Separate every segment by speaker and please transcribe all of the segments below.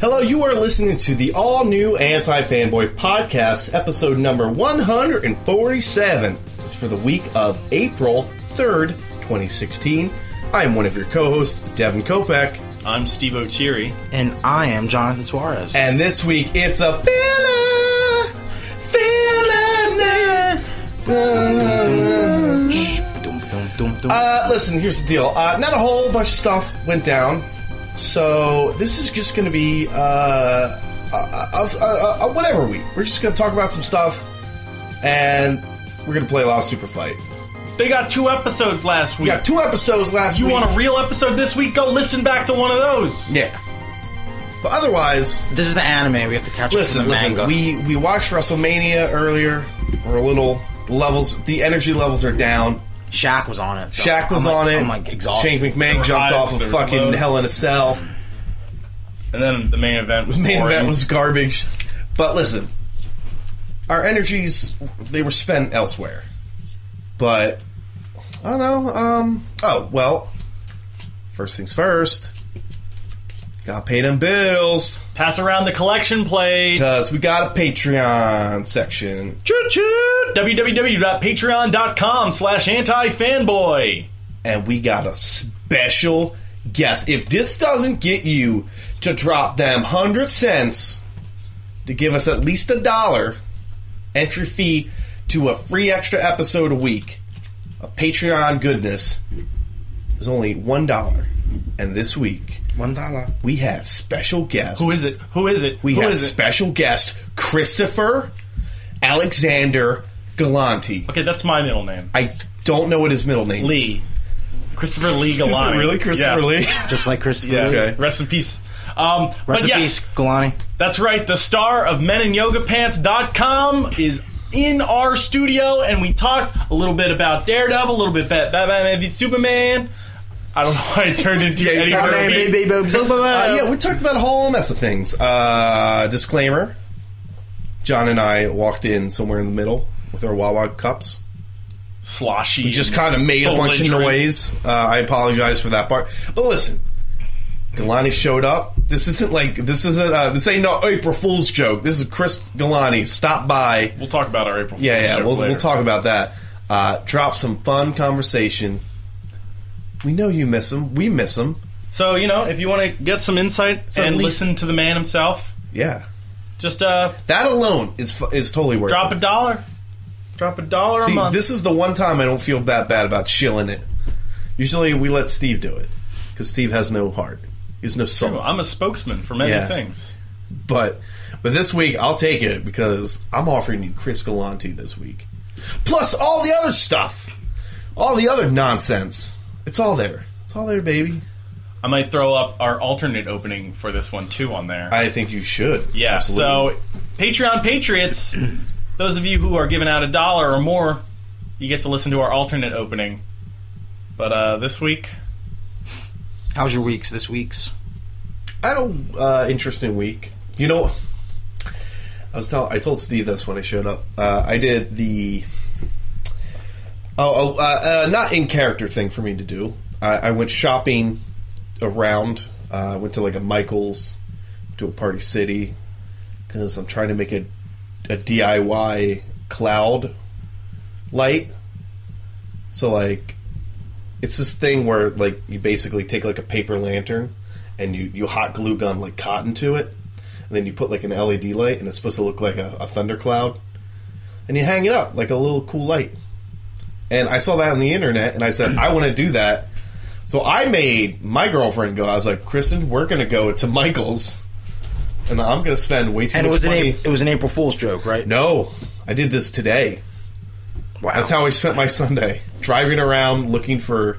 Speaker 1: Hello, you are listening to the all new Anti Fanboy Podcast, episode number 147. It's for the week of April 3rd, 2016. I am one of your co hosts, Devin Kopeck,
Speaker 2: I'm Steve O'Teary.
Speaker 3: And I am Jonathan Suarez.
Speaker 1: and this week it's a filler! Filler!
Speaker 3: Dum, dum, dum, dum.
Speaker 1: Uh, listen, here's the deal. Uh, not a whole bunch of stuff went down, so this is just going to be uh, a, a, a, a uh, whatever week. We're just going to talk about some stuff, and we're going to play a lot of Super Fight.
Speaker 2: They got two episodes last
Speaker 1: We
Speaker 2: week.
Speaker 1: got two episodes last
Speaker 2: you
Speaker 1: week.
Speaker 2: want a real episode this week? Go listen back to one of those.
Speaker 1: Yeah. But otherwise,
Speaker 3: this is the anime. We have to catch up
Speaker 1: listen,
Speaker 3: to the
Speaker 1: listen.
Speaker 3: manga.
Speaker 1: We we watched WrestleMania earlier. We're a little the levels. The energy levels are down.
Speaker 3: Shaq was on it. so
Speaker 1: Shaq was
Speaker 3: Oh, I'm like-
Speaker 1: on it.
Speaker 3: I'm like exhausted.
Speaker 1: Shane McMahon
Speaker 2: were
Speaker 1: jumped
Speaker 2: hives,
Speaker 1: off of
Speaker 2: there were
Speaker 1: fucking
Speaker 2: lows.
Speaker 1: Hell in a Cell.
Speaker 2: And then the main event was
Speaker 1: main
Speaker 2: boring.
Speaker 1: event was garbage. But listen, our energies they were spent elsewhere. But I don't know. Um. Oh well. First things first. Gotta pay them bills
Speaker 2: Pass around the collection plate.
Speaker 1: because we got a Patreon section.
Speaker 2: Choo choo! www.patreon.com slash anti-fanboy.
Speaker 1: and we got a special guest. If this doesn't get you to drop them 100 cents to give us at least a dollar entry fee to a free extra episode a week of Patreon goodness is only $1. And this week
Speaker 3: One dollar.
Speaker 1: we had special guest.
Speaker 2: Who is it? Who is it?
Speaker 1: We
Speaker 2: Who
Speaker 1: had
Speaker 2: is it?
Speaker 1: special guest Christopher Alexander Galanti.
Speaker 2: Okay, that's my middle name.
Speaker 1: I don't know what his middle name is.
Speaker 2: Lee. Christopher Lee
Speaker 1: Is it
Speaker 2: Galani.
Speaker 1: really Christopher
Speaker 2: Yeah.
Speaker 1: Lee?
Speaker 3: Just like Christopher.
Speaker 2: Yeah.
Speaker 3: Lee.
Speaker 1: Okay.
Speaker 2: Rest in peace. Um,
Speaker 3: Rest
Speaker 2: but
Speaker 3: in
Speaker 2: yes,
Speaker 3: peace, Galani.
Speaker 2: That's right. The star of menandyogapants.com is in our studio, and we talked a little bit about Daredevil, a little bit about Batman v Superman. I don't know why I turned into
Speaker 1: you
Speaker 2: Eddie
Speaker 1: turned
Speaker 2: Murphy.
Speaker 1: into Uh, yeah, we talked about a whole mess of things. Uh, disclaimer: John and I walked in somewhere in the middle with our Wawa cups.
Speaker 2: Sloshy.
Speaker 1: We just kind of made a bunch of
Speaker 2: Belligerent.
Speaker 1: noise. Uh, I apologize for that part. But listen, Galani showed up. This isn't like this isn't uh, this ain't no April Fool's joke. This is Chris Galani. Stop by.
Speaker 2: We'll talk about our April.
Speaker 1: Yeah,
Speaker 2: Fool's
Speaker 1: yeah.
Speaker 2: joke
Speaker 1: We'll,
Speaker 2: later.
Speaker 1: we'll talk about that. Uh, drop some fun conversation. We know you miss him. We miss him.
Speaker 2: So you know, if you want to get some insight
Speaker 1: So at
Speaker 2: and
Speaker 1: least-
Speaker 2: listen to the man himself,
Speaker 1: Yeah.
Speaker 2: just uh,
Speaker 1: That alone is fu- is totally worth it.
Speaker 2: drop a dollar. Drop a dollar a
Speaker 1: See,
Speaker 2: month.
Speaker 1: this is the one time I don't feel that bad about shilling it. Usually we let Steve do it because Steve has no heart. He's no soul.
Speaker 2: I'm a spokesman for many
Speaker 1: Yeah.
Speaker 2: things.
Speaker 1: But but this week I'll take it because I'm offering you Chris Galante this week, plus all the other stuff, all the other nonsense. It's all there. It's all there, baby.
Speaker 2: I might throw up our alternate opening for this one too on there.
Speaker 1: I think you should.
Speaker 2: Yeah. So, Patreon Patriots, those of you who are giving out a dollar or more, you get to listen to our alternate opening. But uh, this week,
Speaker 3: How's your weeks? This week's.
Speaker 1: I had an uh, interesting week. You know, I was tell I told Steve this when I showed up. Uh, I did the oh, oh uh, uh, not in character thing for me to do. I, I went shopping around. Uh, I went to like a Michaels, to a Party City, because I'm trying to make a a DIY cloud light. So like it's this thing where like you basically take like a paper lantern and you you hot glue gun like cotton to it and then you put like an led light and it's supposed to look like a, a thundercloud and you hang it up like a little cool light and i saw that on the internet and i said i want to do that so i made my girlfriend go i was like kristen we're going to go to michael's and i'm going to spend way too
Speaker 3: And it
Speaker 1: much
Speaker 3: was an
Speaker 1: money
Speaker 3: April, it was an April Fool's joke, right?
Speaker 1: no i did this today
Speaker 3: Wow.
Speaker 1: that's how i spent my sunday driving around looking for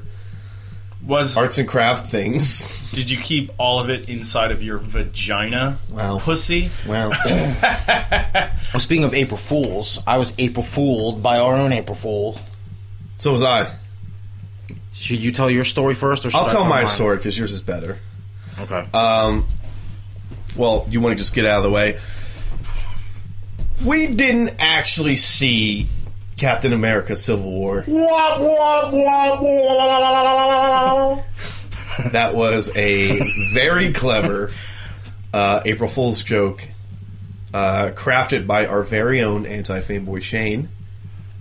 Speaker 2: was
Speaker 1: arts and craft things
Speaker 2: did you keep all of it inside of your vagina,
Speaker 1: Wow.
Speaker 2: pussy?
Speaker 1: Wow.
Speaker 3: Well, speaking of April Fools, I was April Fooled by our own April Fool.
Speaker 1: so was I.
Speaker 3: Should you tell your story first, or should
Speaker 1: I'll
Speaker 3: I
Speaker 1: tell my
Speaker 3: mine?
Speaker 1: story because yours is better.
Speaker 3: Okay.
Speaker 1: Um, well, you want to just get out of the way. We didn't actually see Captain America: Civil War. that was a very clever uh, April Fool's joke, uh, crafted by our very own anti fanboy Shane,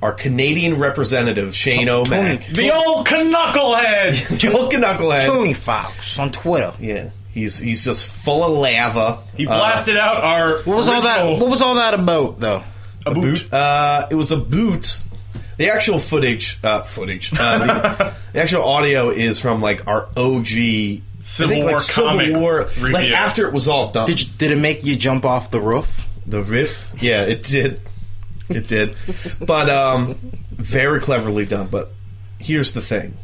Speaker 1: our Canadian representative Shane O'Mac,
Speaker 2: The old knucklehead.
Speaker 1: Gilka Knucklehead.
Speaker 3: Tony Fox on Twitter.
Speaker 1: Yeah, he's he's just full of lava.
Speaker 2: He blasted out our.
Speaker 3: What was all that? What was all that about, though?
Speaker 2: a boot.
Speaker 1: Uh, it was a boot. The actual footage, uh, footage. Uh, the, the actual audio is from like our OG I
Speaker 2: Civil
Speaker 1: think,
Speaker 2: War
Speaker 1: like, Civil
Speaker 2: comic
Speaker 1: War, like
Speaker 2: review.
Speaker 1: after it was all done.
Speaker 3: Did you, did it make you jump off the roof?
Speaker 1: the riff, yeah, it did, it did, but um, very cleverly done. But here's the thing: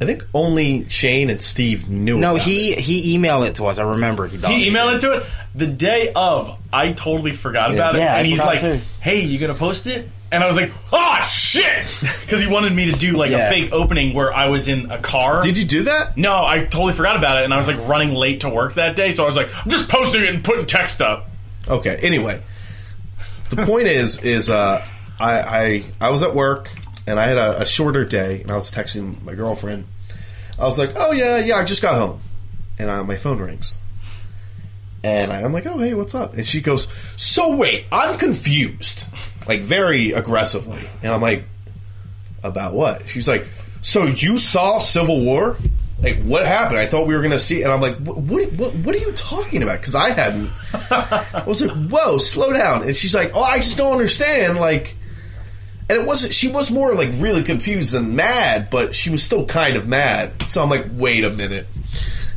Speaker 1: I think only Shane and Steve knew.
Speaker 3: No,
Speaker 1: about it.
Speaker 3: he he emailed it to us. I remember he.
Speaker 2: He emailed it to it the day of. I totally forgot about it,
Speaker 3: Yeah, I
Speaker 2: and he's
Speaker 3: forgot
Speaker 2: like,
Speaker 3: too.
Speaker 2: "Hey, you gonna post it?" And I was like, "Oh shit!" Because he wanted me to do like
Speaker 3: Yeah.
Speaker 2: a fake opening where I was in a car.
Speaker 1: Did you do that?
Speaker 2: No, I totally forgot about it, and I was like running late to work that day, so I was like, "I'm just posting it and putting text up."
Speaker 1: Okay. Anyway, the point is, is uh, I, I I was at work and I had a, a shorter day, and I was texting my girlfriend. I was like, "Oh yeah, yeah, I just got home," and uh, my phone rings, and I, I'm like, "Oh hey, what's up?" And she goes, "So wait, I'm confused," like very aggressively, and I'm like, "About what?" She's like, "So you saw Civil War?" Like what happened? I thought we were going to see, it." and I'm like, "What? What? What, what are you talking about?" Because I hadn't. I was like, "Whoa, slow down!" And she's like, "Oh, I just don't understand." Like, and it wasn't. She was more like really confused and mad, but she was still kind of mad. So I'm like, "Wait a minute."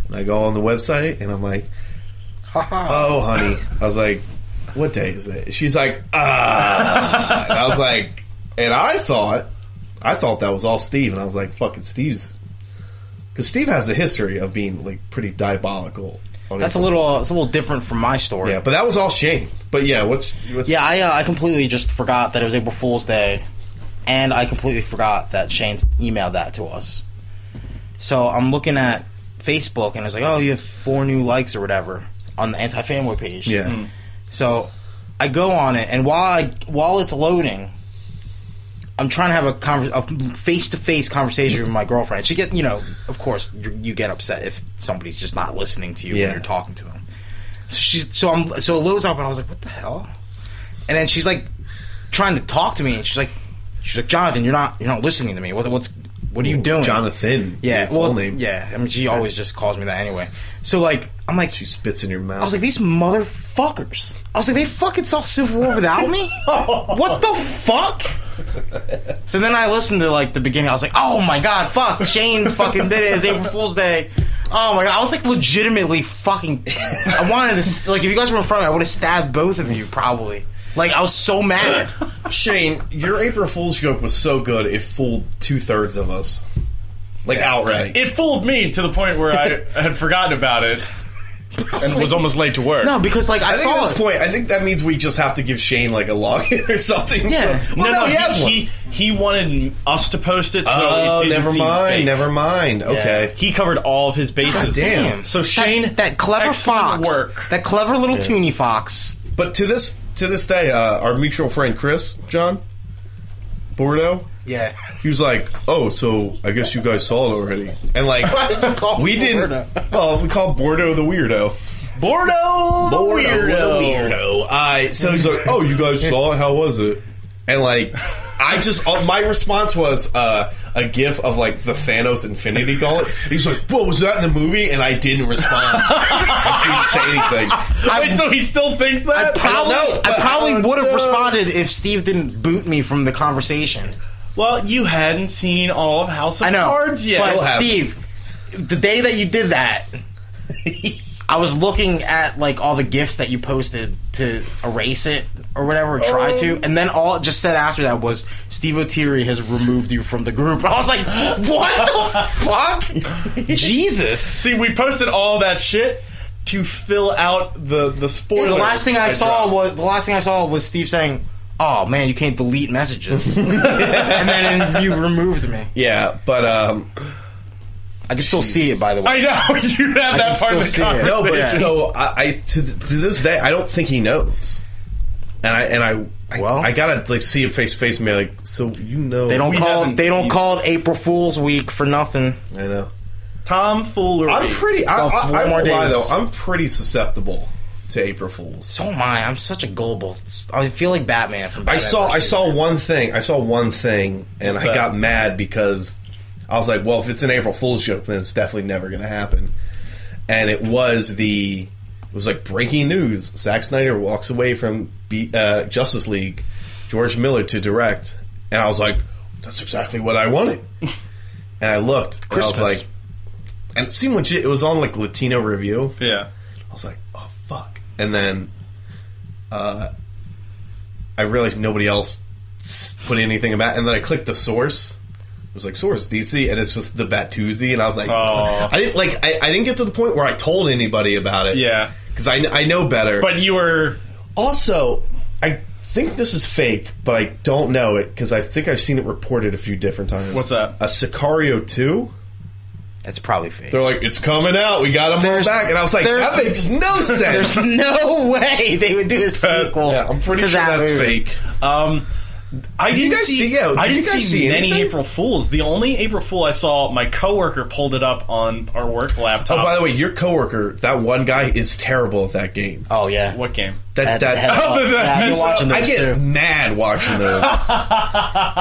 Speaker 1: And I go on the website and I'm like, "Oh, honey," I was like, "What day is it?" She's like, "Ah," and I was like, and I thought, I thought that was all Steve, and I was like, "Fucking Steve's," because Steve has a history of being like pretty diabolical. on
Speaker 3: That's a
Speaker 1: his-
Speaker 3: little. It's a little different from my story.
Speaker 1: yeah, but that was all Shane. But yeah, what's, what's
Speaker 3: Yeah, I, uh, I completely just forgot that it was April Fool's Day, and I completely forgot that Shane emailed that to us. So I'm looking at Facebook, and it's like, oh, you have four new likes or whatever on the anti fanboy page.
Speaker 1: yeah.
Speaker 3: So I go on it, and while I, while it's loading, I'm trying to have a conver- a face to face conversation with my girlfriend. She get you know, of course, you, you get upset if somebody's just not listening to you
Speaker 1: Yeah.
Speaker 3: when you're talking to them. So she's so I'm so it loads up, and I was like, what the hell? And then she's like trying to talk to me, and she's like, she's like, Jonathan, you're not you're not listening to me. What what's what are you doing,
Speaker 1: Jonathan.
Speaker 3: Yeah,
Speaker 1: your full
Speaker 3: well,
Speaker 1: name.
Speaker 3: yeah. I mean, she always just calls me that anyway. So like, I'm like,
Speaker 1: She spits in your mouth.
Speaker 3: I was like, these motherfuckers. I was like, they fucking saw Civil War without me? what the fuck? So then I listened to like the beginning. I was like, oh my god, fuck, Shane fucking did it. It's April Fool's Day. Oh my god, I was like legitimately fucking. I wanted to s- like if you guys were in front of me, I would have stabbed both of you probably. Like I was so mad.
Speaker 1: Shane, your April Fool's joke was so good it fooled two thirds of us, like outright.
Speaker 2: It fooled me to the point where I had forgotten about it and was almost late to work.
Speaker 3: No, because like
Speaker 1: I
Speaker 3: I,
Speaker 1: think
Speaker 3: saw
Speaker 1: at this
Speaker 3: it.
Speaker 1: point, I think that means we just have to give Shane like a login or something.
Speaker 3: Yeah.
Speaker 1: So- well, no, he, has one.
Speaker 2: he, he wanted us to post it, so
Speaker 1: oh,
Speaker 2: it didn't
Speaker 1: never
Speaker 2: seem
Speaker 1: mind.
Speaker 2: fake.
Speaker 1: Never mind. Okay.
Speaker 2: He covered all of his
Speaker 1: God
Speaker 2: bases.
Speaker 1: damn.
Speaker 2: So
Speaker 3: That-
Speaker 2: Shane,
Speaker 3: that, clever
Speaker 2: excellent
Speaker 3: fox,
Speaker 2: work.
Speaker 3: that clever little toony fox.
Speaker 1: But to this to this day, uh, our mutual friend Chris John Bordeaux.
Speaker 3: Yeah,
Speaker 1: He was like, "Oh, so I guess you guys saw it already." And like,
Speaker 3: Call
Speaker 1: we didn't.
Speaker 3: Bordeaux.
Speaker 1: Well, we called Bordeaux the weirdo.
Speaker 2: Bordeaux, the weirdo.
Speaker 1: weirdo. I so he's like, "Oh, you guys saw it? How was it?" And like, I just uh, my response was uh, a gif of like the Thanos Infinity Gauntlet. He's like, "What was that in the movie?" And I didn't respond. I didn't say anything.
Speaker 2: Wait, so he still thinks that?
Speaker 3: probably,
Speaker 1: I don't know,
Speaker 3: I,
Speaker 1: but-
Speaker 3: probably
Speaker 2: Oh,
Speaker 3: would have
Speaker 2: no.
Speaker 3: responded if Steve didn't boot me from the conversation.
Speaker 2: Well, you hadn't seen all of House of
Speaker 3: I know,
Speaker 2: Cards yet.
Speaker 3: but
Speaker 1: It'll happen.
Speaker 3: Steve, the day that you did that, I was looking at like all the gifts that you posted to erase it or whatever, try
Speaker 1: Oh.
Speaker 3: to, and then all it just said after that was Steve O'Teary has removed you from the group. I was like, what the fuck, Jesus.
Speaker 2: See, we posted all that shit to fill out the the spoiler.
Speaker 3: The last thing I, saw
Speaker 1: dropped.
Speaker 3: was the last thing I saw was Steve saying, "Oh man, you can't delete messages," and then you removed me.
Speaker 1: Yeah, but um,
Speaker 3: I can still see it, by the way.
Speaker 2: I know you have that
Speaker 3: can
Speaker 2: part of the
Speaker 3: still see
Speaker 2: conversation.
Speaker 3: it.
Speaker 1: no, but
Speaker 3: Yeah.
Speaker 1: so I, I to, th- to this day I don't think he knows. And I and I I,
Speaker 3: Well.
Speaker 1: I gotta like see him face to face and be like, so you know
Speaker 3: they don't
Speaker 2: We
Speaker 3: call
Speaker 2: haven't
Speaker 3: it, they don't
Speaker 2: seen
Speaker 3: call it April Fool's Week for nothing.
Speaker 1: I know.
Speaker 2: tomfoolery.
Speaker 1: I'm pretty. I,
Speaker 3: So,
Speaker 1: I,
Speaker 3: four
Speaker 1: I
Speaker 3: more
Speaker 1: won't lie
Speaker 3: days.
Speaker 1: though. I'm pretty susceptible to April Fools.
Speaker 3: So am I. oh I'm such a gullible. I feel like Batman. From
Speaker 1: I
Speaker 3: Batman
Speaker 1: saw. I
Speaker 3: versus
Speaker 1: saw one thing. I saw one thing, and I
Speaker 2: that?
Speaker 1: got mad because I was like, "Well, if it's an April Fool's joke, then it's definitely never going to happen." And it was the. It was like breaking news: Zack Snyder walks away from B, uh, Justice League, George Miller to direct, and I was like, "That's exactly what I wanted." and I looked, and I
Speaker 3: Christmas.
Speaker 1: was like, and it seemed legit. It was on like Latino Review.
Speaker 2: yeah.
Speaker 1: I was like, oh fuck. And then uh, I realized nobody else s- put anything about and then I clicked the source. It was like source DC and it's just the Bat Tuesday and I was like
Speaker 2: Oh.
Speaker 1: I didn't like I, I didn't get to the point where I told anybody about it.
Speaker 2: Yeah.
Speaker 1: Cuz I, kn- I know better.
Speaker 2: But you were
Speaker 1: also I think this is fake, but I don't know it cuz I think I've seen it reported a few different times.
Speaker 2: What's that?
Speaker 1: A Sicario 2?
Speaker 3: That's probably fake.
Speaker 1: They're like it's coming out. We got them all
Speaker 3: There's-
Speaker 1: back. And I was like
Speaker 3: there's-
Speaker 1: that makes no sense.
Speaker 3: There's no way they would do a sequel.
Speaker 1: Yeah, I'm pretty
Speaker 3: to
Speaker 1: sure
Speaker 3: that
Speaker 1: that's
Speaker 3: movie.
Speaker 1: fake.
Speaker 2: Um, I didn't
Speaker 1: guys
Speaker 2: see.
Speaker 1: see- yeah,
Speaker 2: I
Speaker 1: did you
Speaker 2: didn't see,
Speaker 1: guys see
Speaker 2: many
Speaker 1: anything?
Speaker 2: April Fools. The only April Fool I saw, my coworker pulled it up on our work laptop.
Speaker 1: Oh, by the way, your coworker, that one guy, is terrible at that game.
Speaker 3: Oh yeah.
Speaker 2: what game?
Speaker 1: That
Speaker 3: That-
Speaker 1: that.
Speaker 3: that-
Speaker 2: Oh,
Speaker 3: yeah,
Speaker 2: that's-
Speaker 3: you're watching
Speaker 1: I
Speaker 3: those
Speaker 1: get
Speaker 3: too.
Speaker 1: mad watching those.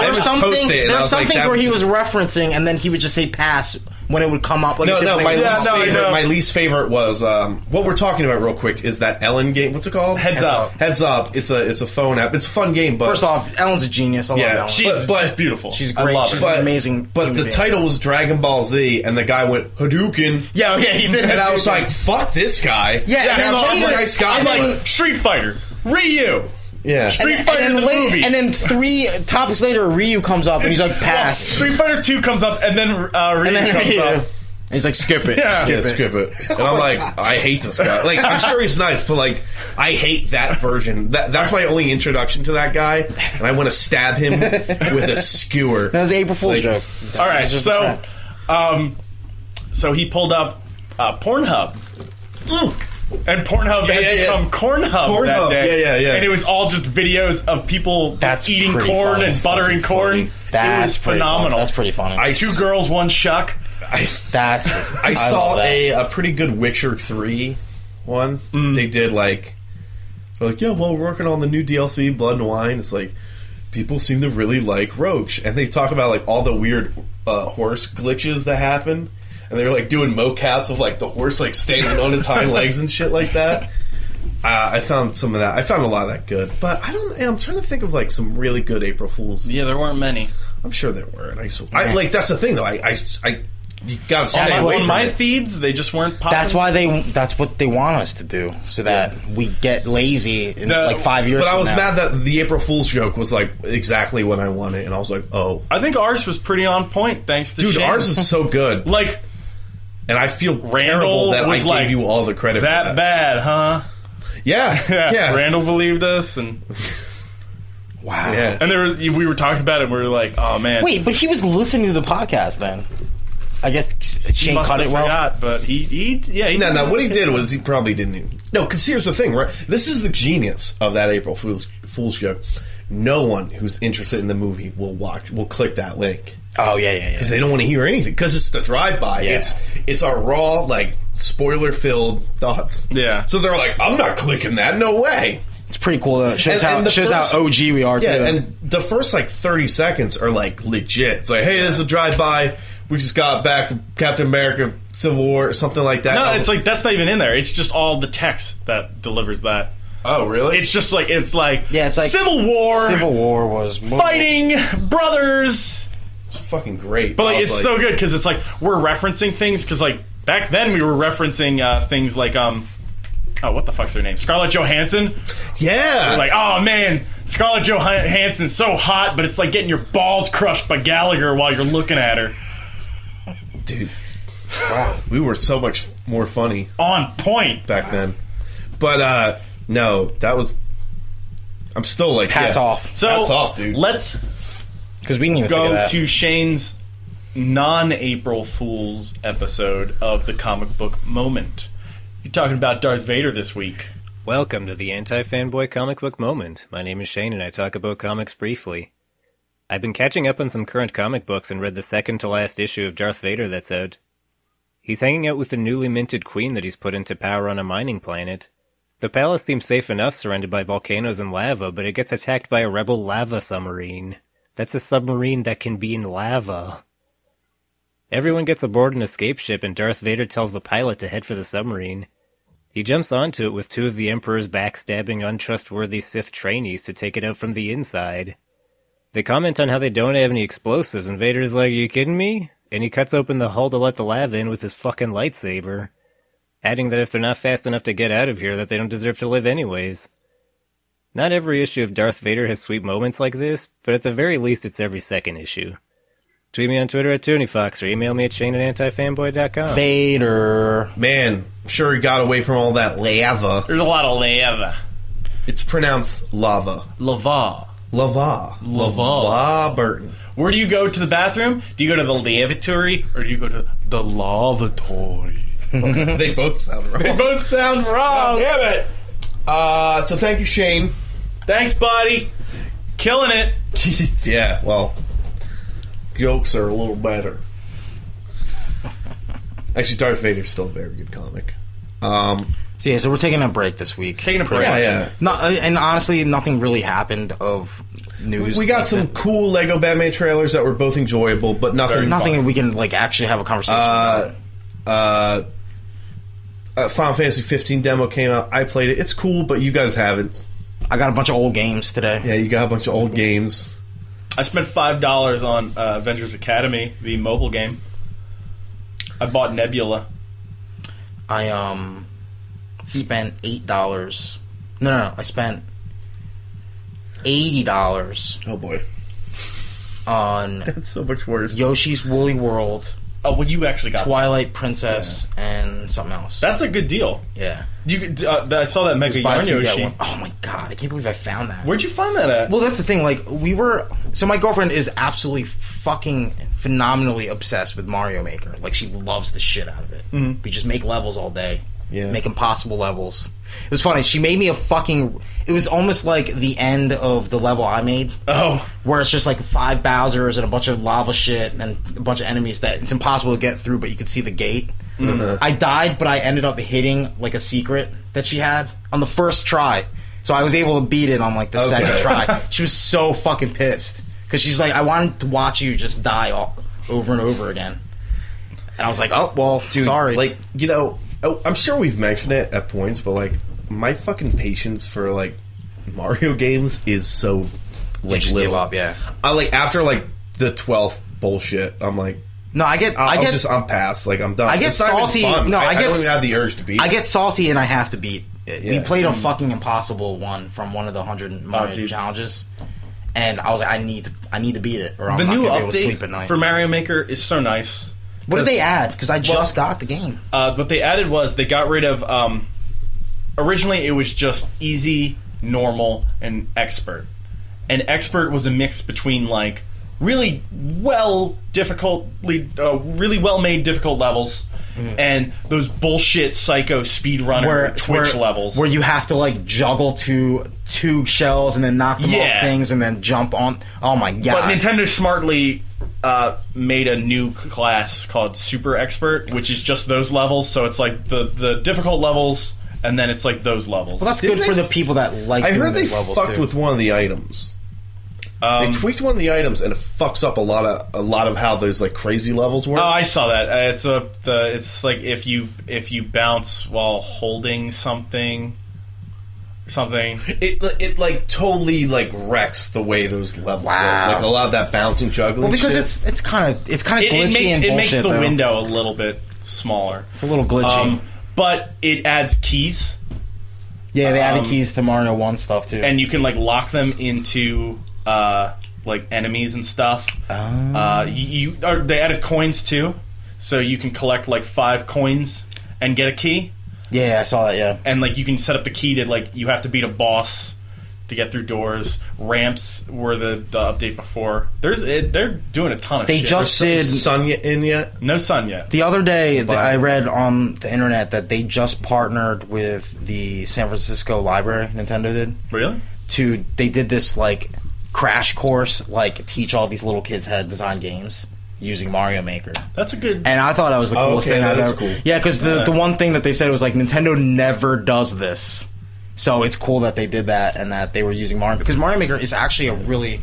Speaker 1: There's
Speaker 3: Some things, there's some things where he was referencing, and then he would just say pass when it would come up. Like
Speaker 1: No,
Speaker 3: it
Speaker 1: no,
Speaker 3: didn't
Speaker 1: my
Speaker 3: make-
Speaker 2: Yeah,
Speaker 1: least
Speaker 2: no, I
Speaker 1: favorite.
Speaker 2: know.
Speaker 1: My least favorite was um, what we're talking about. Real quick is that Ellen game. What's it called?
Speaker 2: Heads Up.
Speaker 1: Heads up. It's a it's a phone app. It's a fun game, but
Speaker 3: First off, Ellen's a genius. I
Speaker 1: Yeah,
Speaker 3: love Ellen.
Speaker 1: she-
Speaker 2: She's,
Speaker 1: but-
Speaker 2: she's beautiful.
Speaker 3: she's
Speaker 2: I
Speaker 3: great.
Speaker 2: love
Speaker 3: She's
Speaker 2: her.
Speaker 1: but,
Speaker 3: amazing
Speaker 1: But
Speaker 3: human
Speaker 1: the
Speaker 3: being.
Speaker 1: title was Dragon Ball Z, and the guy went Hadouken.
Speaker 3: yeah, yeah, he's in
Speaker 1: and I was like, "Fuck this guy."
Speaker 3: Yeah,
Speaker 1: and I'm
Speaker 3: and so
Speaker 1: such
Speaker 3: I'm
Speaker 1: a
Speaker 3: like-
Speaker 1: nice guy.
Speaker 3: I'm
Speaker 1: but-
Speaker 3: like-
Speaker 2: Street Fighter, Ryu.
Speaker 1: yeah,
Speaker 2: Street Fighter
Speaker 3: and
Speaker 2: the
Speaker 3: then late-
Speaker 2: movie.
Speaker 3: and then three topics later, Ryu comes up and he's like pass,
Speaker 2: Street Fighter Two comes up, and then uh, Ryu
Speaker 3: and then
Speaker 2: comes
Speaker 3: Ryu,
Speaker 2: up.
Speaker 3: And he's like skip it,
Speaker 2: Yeah.
Speaker 3: skip
Speaker 1: yeah,
Speaker 3: it. Oh
Speaker 1: skip it. And I'm like, I hate this guy. Like, I'm sure he's nice, but like, I hate that version. That that's my only introduction to that guy, and I want to stab him with a skewer.
Speaker 3: That was an April Fool's
Speaker 1: Like-
Speaker 3: joke.
Speaker 2: All right,
Speaker 3: It's just
Speaker 2: so,
Speaker 3: crap.
Speaker 2: um, so he pulled up uh, Pornhub, and Pornhub
Speaker 1: Yeah,
Speaker 2: had
Speaker 1: yeah, yeah.
Speaker 2: become Cornhub,
Speaker 1: Cornhub,
Speaker 2: that day.
Speaker 1: yeah, yeah, yeah.
Speaker 2: And it was all just videos of people just
Speaker 3: That's
Speaker 2: eating
Speaker 3: pretty
Speaker 2: corn
Speaker 3: funny.
Speaker 2: and buttering
Speaker 1: That's fucking
Speaker 2: corn.
Speaker 1: funny.
Speaker 2: it
Speaker 3: That's
Speaker 2: was
Speaker 3: pretty funny.
Speaker 2: phenomenal.
Speaker 3: That's pretty funny.
Speaker 1: I
Speaker 2: Two
Speaker 1: s-
Speaker 2: girls, one shuck.
Speaker 1: I,
Speaker 3: That's
Speaker 1: I saw
Speaker 3: love that.
Speaker 1: a, a pretty good Witcher three one. They did like, they're like, yeah, well, we're working on the new DLC, Blood and Wine. It's like people seem to really like Roach, and they talk about like all the weird uh, horse glitches that happen, and they're like doing mocaps of like the horse like standing on its hind legs and shit like that. Uh, I found some of that. I found a lot of that good, but I don't. I'm trying to think of like some really good April Fools.
Speaker 2: Yeah, there weren't many.
Speaker 1: I'm sure there were, and I, s- I- like that's the thing though. I I, I you gotta stay
Speaker 3: That's
Speaker 1: away
Speaker 3: what-
Speaker 1: from
Speaker 2: On my
Speaker 1: it.
Speaker 2: feeds, they just weren't popular.
Speaker 3: That's why they. That's what they want us to do, so that we get lazy in
Speaker 2: No,
Speaker 3: like five years.
Speaker 1: But I
Speaker 3: from
Speaker 1: was
Speaker 3: now.
Speaker 1: mad that the April Fool's joke was like exactly what I wanted, and I was like, "Oh,
Speaker 2: I think ours was pretty on point, thanks to
Speaker 1: dude,
Speaker 2: Shane.
Speaker 1: ours is so good,"
Speaker 2: like
Speaker 1: and I feel
Speaker 2: Randall
Speaker 1: terrible that I
Speaker 2: was
Speaker 1: gave
Speaker 2: like,
Speaker 1: you all the credit
Speaker 2: that,
Speaker 1: for that.
Speaker 2: bad, huh?
Speaker 1: Yeah, yeah,
Speaker 2: Yeah, Randall believed us, and
Speaker 3: Wow.
Speaker 1: yeah.
Speaker 2: and there were, we were talking about it. and We were like, oh man,
Speaker 3: Wait, but he was listening to the podcast then. I guess Shane
Speaker 2: must
Speaker 3: cut
Speaker 2: have
Speaker 3: it well.
Speaker 2: forgot, but he, he yeah, he
Speaker 1: No, no. What he
Speaker 2: did.
Speaker 1: did was he probably didn't. Even, no, because here's the thing, right? This is the genius of that April Fool's Fool's joke. No one who's interested in the movie will watch, will click that link.
Speaker 3: Oh yeah, yeah,
Speaker 1: because
Speaker 3: yeah.
Speaker 1: they don't want to hear anything because it's the drive by.
Speaker 3: Yeah.
Speaker 1: It's it's our raw like spoiler filled thoughts.
Speaker 2: Yeah.
Speaker 1: So they're like, I'm not clicking that. No way.
Speaker 3: It's pretty cool. Though. It shows
Speaker 1: And-
Speaker 3: how
Speaker 1: and the
Speaker 3: shows
Speaker 1: first-
Speaker 3: how OG we are
Speaker 1: Yeah.
Speaker 3: too.
Speaker 1: And the first like 30 seconds are like legit. It's like, hey, this is a drive by. We just got back from Captain America Civil War or something like that.
Speaker 2: No,
Speaker 1: And I
Speaker 2: it's
Speaker 1: was-
Speaker 2: like that's not even in there. It's just all the text that delivers that.
Speaker 1: oh really?
Speaker 2: It's just like it's like
Speaker 3: Yeah, it's like-
Speaker 2: civil war,
Speaker 3: Civil War was
Speaker 2: fighting brothers.
Speaker 1: It's fucking great.
Speaker 2: But
Speaker 1: I
Speaker 2: like
Speaker 1: was
Speaker 2: it's so good because it's like we're referencing things because like back then we were referencing uh, things like um oh what the fuck's her name Scarlett Johansson
Speaker 1: Yeah.
Speaker 2: like oh man Scarlett Johansson's so hot but it's like getting your balls crushed by Gallagher while you're looking at her
Speaker 1: dude. Wow. we were so much more funny.
Speaker 2: on point.
Speaker 1: back then. But uh no, that was. I'm still like
Speaker 3: Hats
Speaker 1: yeah.
Speaker 3: off.
Speaker 2: So
Speaker 1: Hats off, dude.
Speaker 2: Let's
Speaker 3: because we didn't even think of
Speaker 2: go
Speaker 3: that.
Speaker 2: to Shane's non-April Fools episode of the comic book moment. You're talking about Darth Vader this week.
Speaker 4: Welcome to the Anti Fanboy Comic Book Moment. My name is Shane and I talk about comics briefly. I've been catching up on some current comic books and read the second to last issue of Darth Vader that's out. He's hanging out with the newly minted queen that he's put into power on a mining planet. The palace seems safe enough, surrounded by volcanoes and lava, but it gets attacked by a rebel lava submarine. That's a submarine that can be in lava. Everyone gets aboard an escape ship, and Darth Vader tells the pilot to head for the submarine. He jumps onto it with two of the Emperor's backstabbing, untrustworthy Sith trainees to take it out from the inside. They comment on how they don't have any explosives, and Vader's like, you kidding me? And he cuts open the hull to let the lava in with his fucking lightsaber, adding that if they're not fast enough to get out of here, that they don't deserve to live anyways. Not every issue of Darth Vader has sweet moments like this, but at the very least, it's every second issue. Tweet me on Twitter at ToonyFox or email me at Shane at AntiFanboy.com.
Speaker 3: Vader.
Speaker 1: Man, I'm sure he got away from all that lava.
Speaker 2: There's a lot of lava.
Speaker 1: It's pronounced lava.
Speaker 2: Lava.
Speaker 1: Lava. Lava Burton.
Speaker 2: Where do you go to the bathroom? Do you go to the lavatory or do you go to the lavatory?
Speaker 1: they both sound wrong.
Speaker 2: They both sound wrong.
Speaker 1: Damn it! Uh, so thank you, Shane.
Speaker 2: Thanks, buddy. Killing it.
Speaker 1: yeah, well, jokes are a little better. Actually, Darth Vader's still a very good comic. Um,
Speaker 3: So yeah, so we're taking a break this week.
Speaker 2: Taking a break.
Speaker 1: yeah, yeah.
Speaker 3: no, and honestly, nothing really happened of news.
Speaker 1: We got
Speaker 3: like
Speaker 1: some
Speaker 3: that.
Speaker 1: cool Lego Batman trailers that were both enjoyable, but nothing.
Speaker 3: nothing we can like actually have a conversation.
Speaker 1: Uh,
Speaker 3: about.
Speaker 1: uh, uh, Final Fantasy 15 demo came out. I played it. It's cool, but you guys haven't.
Speaker 3: I got a bunch of old games today.
Speaker 1: Yeah, you got a bunch of old games.
Speaker 2: I spent five dollars on uh, Avengers Academy, the mobile game. I bought Nebula.
Speaker 3: I um spent eight dollars. No, no, no, I spent eighty dollars
Speaker 1: Oh boy,
Speaker 3: on
Speaker 1: that's so much worse.
Speaker 3: Yoshi's Woolly World,
Speaker 2: Oh, well, you actually got
Speaker 3: Twilight Princess, and something else.
Speaker 2: That's a good deal.
Speaker 3: yeah,
Speaker 2: Do You, uh, I saw that Mega
Speaker 3: Buy
Speaker 2: Yarn
Speaker 3: two, get
Speaker 2: Yoshi.
Speaker 3: one. Oh my god, I can't believe I found that.
Speaker 2: Where'd you find that at?
Speaker 3: Well, that's the thing. Like, we were. So, my girlfriend is absolutely fucking phenomenally obsessed with Mario Maker. Like, she loves the shit out of it.
Speaker 2: Mm-hmm.
Speaker 3: We just make levels all day.
Speaker 1: Yeah.
Speaker 3: Make impossible levels. It was funny. She made me a fucking. It was almost like the end of the level I made,
Speaker 2: oh,
Speaker 3: where it's just like five Bowser's and a bunch of lava shit and a bunch of enemies that it's impossible to get through, but you could see the gate.
Speaker 1: Mm-hmm.
Speaker 3: I died, but I ended up hitting like a secret that she had on the first try. So I was able to beat it on like the second try. She was so fucking pissed because she's like, I wanted to watch you just die all, over and over again. And I was like, oh well,
Speaker 1: Dude,
Speaker 3: sorry.
Speaker 1: Like you know, oh, I'm sure we've mentioned it at points, but like my fucking patience for like Mario games is so like
Speaker 3: just
Speaker 1: little.
Speaker 3: give up, yeah.
Speaker 1: I like after like the twelfth bullshit. I'm like,
Speaker 3: No, I get,
Speaker 1: I'll,
Speaker 3: I
Speaker 1: I'll
Speaker 3: get,
Speaker 1: just I'm past. Like I'm done.
Speaker 3: I get
Speaker 1: It's not even
Speaker 3: salty-
Speaker 1: fun.
Speaker 3: no, I get
Speaker 1: don't even
Speaker 3: s-
Speaker 1: have the urge to beat.
Speaker 3: I get salty and I have to beat. it.
Speaker 1: Yeah.
Speaker 3: We played a fucking impossible one from one of the hundred Mario
Speaker 2: Oh, dude.
Speaker 3: challenges, and I was like, I need, to, I need to beat it, or I'm
Speaker 2: the
Speaker 3: not
Speaker 2: new
Speaker 3: gonna be able to
Speaker 2: update
Speaker 3: sleep at night.
Speaker 2: for Mario Maker is so nice.
Speaker 3: what did they add? Because I just got the game.
Speaker 2: Uh, what they added was they got rid of. Um, originally, it was just easy, normal, and expert. And expert was a mix between like really well difficultly, uh, really well made difficult levels,
Speaker 3: Mm.
Speaker 2: and those bullshit psycho speedrunner Twitch levels.
Speaker 3: where you have to like juggle two two shells and then knock them
Speaker 2: Yeah.
Speaker 3: off things and then jump on. Oh my god!
Speaker 2: But Nintendo smartly uh, made a new c- class called Super Expert, which is just those levels. So it's like the the difficult levels, and then it's like those levels.
Speaker 3: well, that's
Speaker 1: Didn't
Speaker 3: good for
Speaker 1: they-
Speaker 3: the people that like.
Speaker 1: I
Speaker 3: doing
Speaker 1: heard they
Speaker 3: those levels
Speaker 1: fucked
Speaker 3: too. Um,
Speaker 1: with one of the items.
Speaker 2: Um,
Speaker 1: they tweaked one of the items, and it fucks up a lot of a lot of how those like crazy levels work.
Speaker 2: Oh, I saw that. Uh, it's a the it's like if you if you bounce while holding something, something.
Speaker 1: it it like totally like wrecks the way those levels
Speaker 3: Wow.
Speaker 1: work. Like a lot of that bouncing juggling.
Speaker 3: Well, because
Speaker 1: shit.
Speaker 3: it's it's kind of it's kind of
Speaker 2: It,
Speaker 3: glitchy
Speaker 2: it makes
Speaker 3: and
Speaker 2: it
Speaker 3: bullshit.
Speaker 2: makes the
Speaker 3: though.
Speaker 2: window a little bit smaller.
Speaker 3: It's a little glitchy.
Speaker 2: Um, but it adds keys,
Speaker 3: yeah, they added
Speaker 2: um,
Speaker 3: keys to Mario One stuff too.
Speaker 2: and you can like lock them into uh, like enemies and stuff.
Speaker 3: Oh.
Speaker 2: Uh, you you- or they added coins too, so you can collect like five coins and get a key.
Speaker 3: yeah, I saw that. Yeah,
Speaker 2: and like you can set up the key to like you have to beat a boss to get through doors. Ramps were the, the update before. There's it, they're doing a ton of
Speaker 3: they
Speaker 2: shit.
Speaker 3: just did.
Speaker 1: Is Sun yet- in yet?
Speaker 2: no sun yet.
Speaker 3: The other day, th-
Speaker 1: But-
Speaker 3: I read on the internet that they just partnered with the San Francisco Library. Nintendo did.
Speaker 2: really?
Speaker 3: to they did this like crash course like teach all these little kids how to design games using Mario Maker.
Speaker 2: That's a good.
Speaker 3: And I thought that was the
Speaker 1: Oh,
Speaker 3: coolest
Speaker 1: okay,
Speaker 3: thing
Speaker 1: that
Speaker 3: I've
Speaker 1: is
Speaker 3: ever.
Speaker 1: cool.
Speaker 3: Yeah, because the,
Speaker 1: Yeah.
Speaker 3: the one thing that they said was like Nintendo never does this, so it's cool that they did that and that they were using Mario because Mario Maker is actually a really,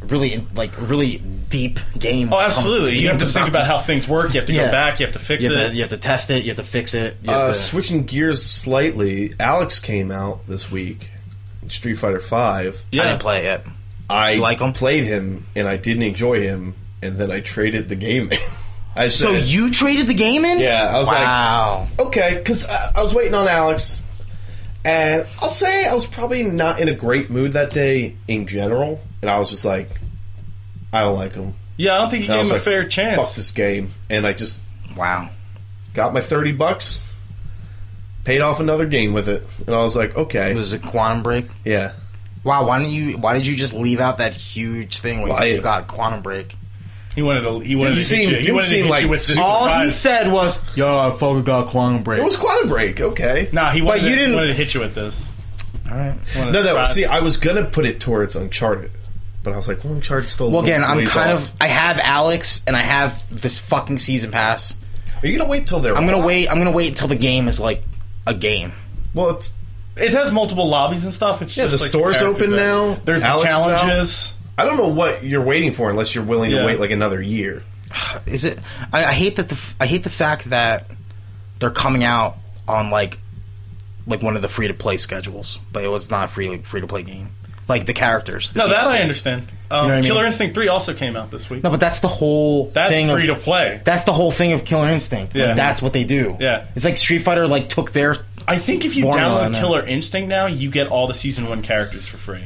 Speaker 3: really like really deep game.
Speaker 2: Oh,
Speaker 3: when it comes
Speaker 2: absolutely. You
Speaker 3: game
Speaker 2: have to think
Speaker 3: design.
Speaker 2: about how things work. You have to
Speaker 3: Yeah.
Speaker 2: go back. You have to fix
Speaker 3: You
Speaker 2: it.
Speaker 3: have, to, you have to test it. You have to fix it. You have
Speaker 1: Uh,
Speaker 3: to-
Speaker 1: switching gears slightly, Alex came out this week. Street Fighter Five.
Speaker 2: yeah.
Speaker 3: I didn't play it yet.
Speaker 1: I
Speaker 3: You like him?
Speaker 1: played him, and I didn't enjoy him, and then I traded the game. in. I
Speaker 3: So
Speaker 1: said,
Speaker 3: you traded the game in?
Speaker 1: yeah, I was
Speaker 3: Wow.
Speaker 1: like, okay, because I, I was waiting on Alex, and I'll say I was probably not in a great mood that day in general, and I was just like, I don't like him.
Speaker 2: Yeah, I don't think he
Speaker 1: And I
Speaker 2: gave
Speaker 1: was
Speaker 2: him a
Speaker 1: like,
Speaker 2: fair chance.
Speaker 1: Fuck this game, and I just
Speaker 3: wow.
Speaker 1: got my thirty bucks, paid off another game with it, and I was like, okay,
Speaker 3: It was a quantum break.
Speaker 1: yeah.
Speaker 3: Wow. Why didn't you? Why did you just leave out that huge thing when you
Speaker 1: Why-
Speaker 3: said you got quantum break?
Speaker 2: He wanted to. He wanted
Speaker 1: Didn't
Speaker 2: to
Speaker 1: seem-
Speaker 2: hit you. He
Speaker 1: didn't
Speaker 2: wanted to
Speaker 1: seem
Speaker 2: hit
Speaker 1: like
Speaker 2: you with this
Speaker 1: super-
Speaker 3: All he
Speaker 2: surprise.
Speaker 3: said was, "Yo, I fucking got quantum break."
Speaker 1: It was Quantum Break, okay.
Speaker 2: Nah, he wanted,
Speaker 1: But you
Speaker 2: to,
Speaker 1: didn't.
Speaker 2: wanted to hit you with this.
Speaker 3: All right.
Speaker 2: Wanted
Speaker 1: no, no.
Speaker 2: to surprise-
Speaker 1: See, I was gonna put it towards Uncharted, but I was like, well, Uncharted's still. a
Speaker 3: Well,
Speaker 1: little
Speaker 3: again, I'm
Speaker 1: ways
Speaker 3: kind
Speaker 1: off.
Speaker 3: of. I have Alex, and I have this fucking season pass.
Speaker 1: Are you gonna wait till they're?
Speaker 3: I'm gonna
Speaker 1: off?
Speaker 3: wait. I'm gonna wait until the game is like a game.
Speaker 1: Well, it's
Speaker 2: it has multiple lobbies and stuff. It's
Speaker 1: Yeah,
Speaker 2: just
Speaker 1: the
Speaker 2: like
Speaker 1: store's
Speaker 2: character
Speaker 1: open
Speaker 2: thing.
Speaker 1: now.
Speaker 2: There's the
Speaker 1: Alex is out.
Speaker 2: challenges.
Speaker 1: I don't know what you're waiting for unless you're willing
Speaker 2: Yeah.
Speaker 1: to wait like another year.
Speaker 3: Is it? I, I hate that. The f- I hate the fact that they're coming out on like like one of the free to play schedules, but it was not free free to play game. Like the characters. the
Speaker 2: No, that
Speaker 3: DLC.
Speaker 2: I understand. Um,
Speaker 3: what I mean?
Speaker 2: Killer Instinct Three also came out this week.
Speaker 3: No, but that's the whole
Speaker 2: That's
Speaker 3: thing. of-
Speaker 2: free to play.
Speaker 3: that's the whole thing of Killer Instinct. Like,
Speaker 2: Yeah.
Speaker 3: that's what they do.
Speaker 2: Yeah.
Speaker 3: it's like Street Fighter like took their.
Speaker 2: I think if you
Speaker 3: Formula and
Speaker 2: download
Speaker 3: then-
Speaker 2: Killer Instinct now, you get all the season one characters for free.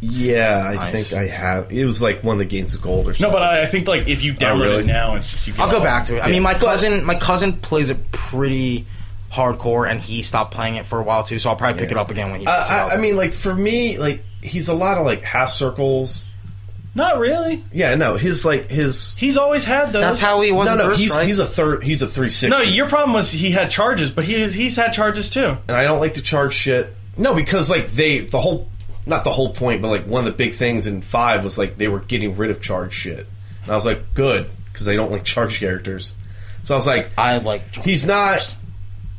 Speaker 1: Yeah, I
Speaker 3: Nice.
Speaker 1: think I have. It was like one of the games of gold or something.
Speaker 2: No, but I, I think like if you download
Speaker 1: really?
Speaker 2: it now, it's just you. Get
Speaker 3: I'll go
Speaker 2: all-
Speaker 3: back to it. I mean, my cousin, my cousin plays it pretty hardcore, and he stopped playing it for a while too. So I'll probably pick it up again when he. Picks it
Speaker 1: I,
Speaker 3: up.
Speaker 1: I, I mean, like for me, like he's a lot of like half circles.
Speaker 2: Not really.
Speaker 1: Yeah, no, his like his.
Speaker 2: He's always had those.
Speaker 3: that's how he was.
Speaker 1: No,
Speaker 3: in
Speaker 1: no,
Speaker 3: first,
Speaker 1: he's
Speaker 3: right?
Speaker 1: he's a third. He's a three sixty.
Speaker 2: No, your problem was he had charges, but he he's had charges too.
Speaker 1: and I don't like to charge shit. No, because like they the whole not the whole point, but like one of the big things in five was like they were getting rid of charge shit, and I was like, good, because I don't like charge characters. So I was like,
Speaker 3: I like.
Speaker 1: he's not.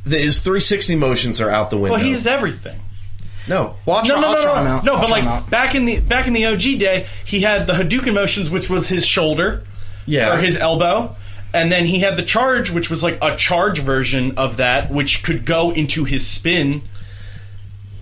Speaker 1: The, his 360 motions are out the window.
Speaker 2: Well, he's everything.
Speaker 1: no.
Speaker 3: Well, I'll try,
Speaker 2: No, no,
Speaker 3: I'll
Speaker 2: no,
Speaker 3: try
Speaker 2: no,
Speaker 3: him
Speaker 2: no.
Speaker 3: out.
Speaker 2: No,
Speaker 3: I'll
Speaker 2: but
Speaker 3: try him
Speaker 2: like
Speaker 3: out.
Speaker 2: back in the back in the OG day, he had the Hadouken motions, which was his shoulder,
Speaker 1: Yeah.
Speaker 2: or his elbow, and then he had the charge, which was like a charge version of that, which could go into his spin.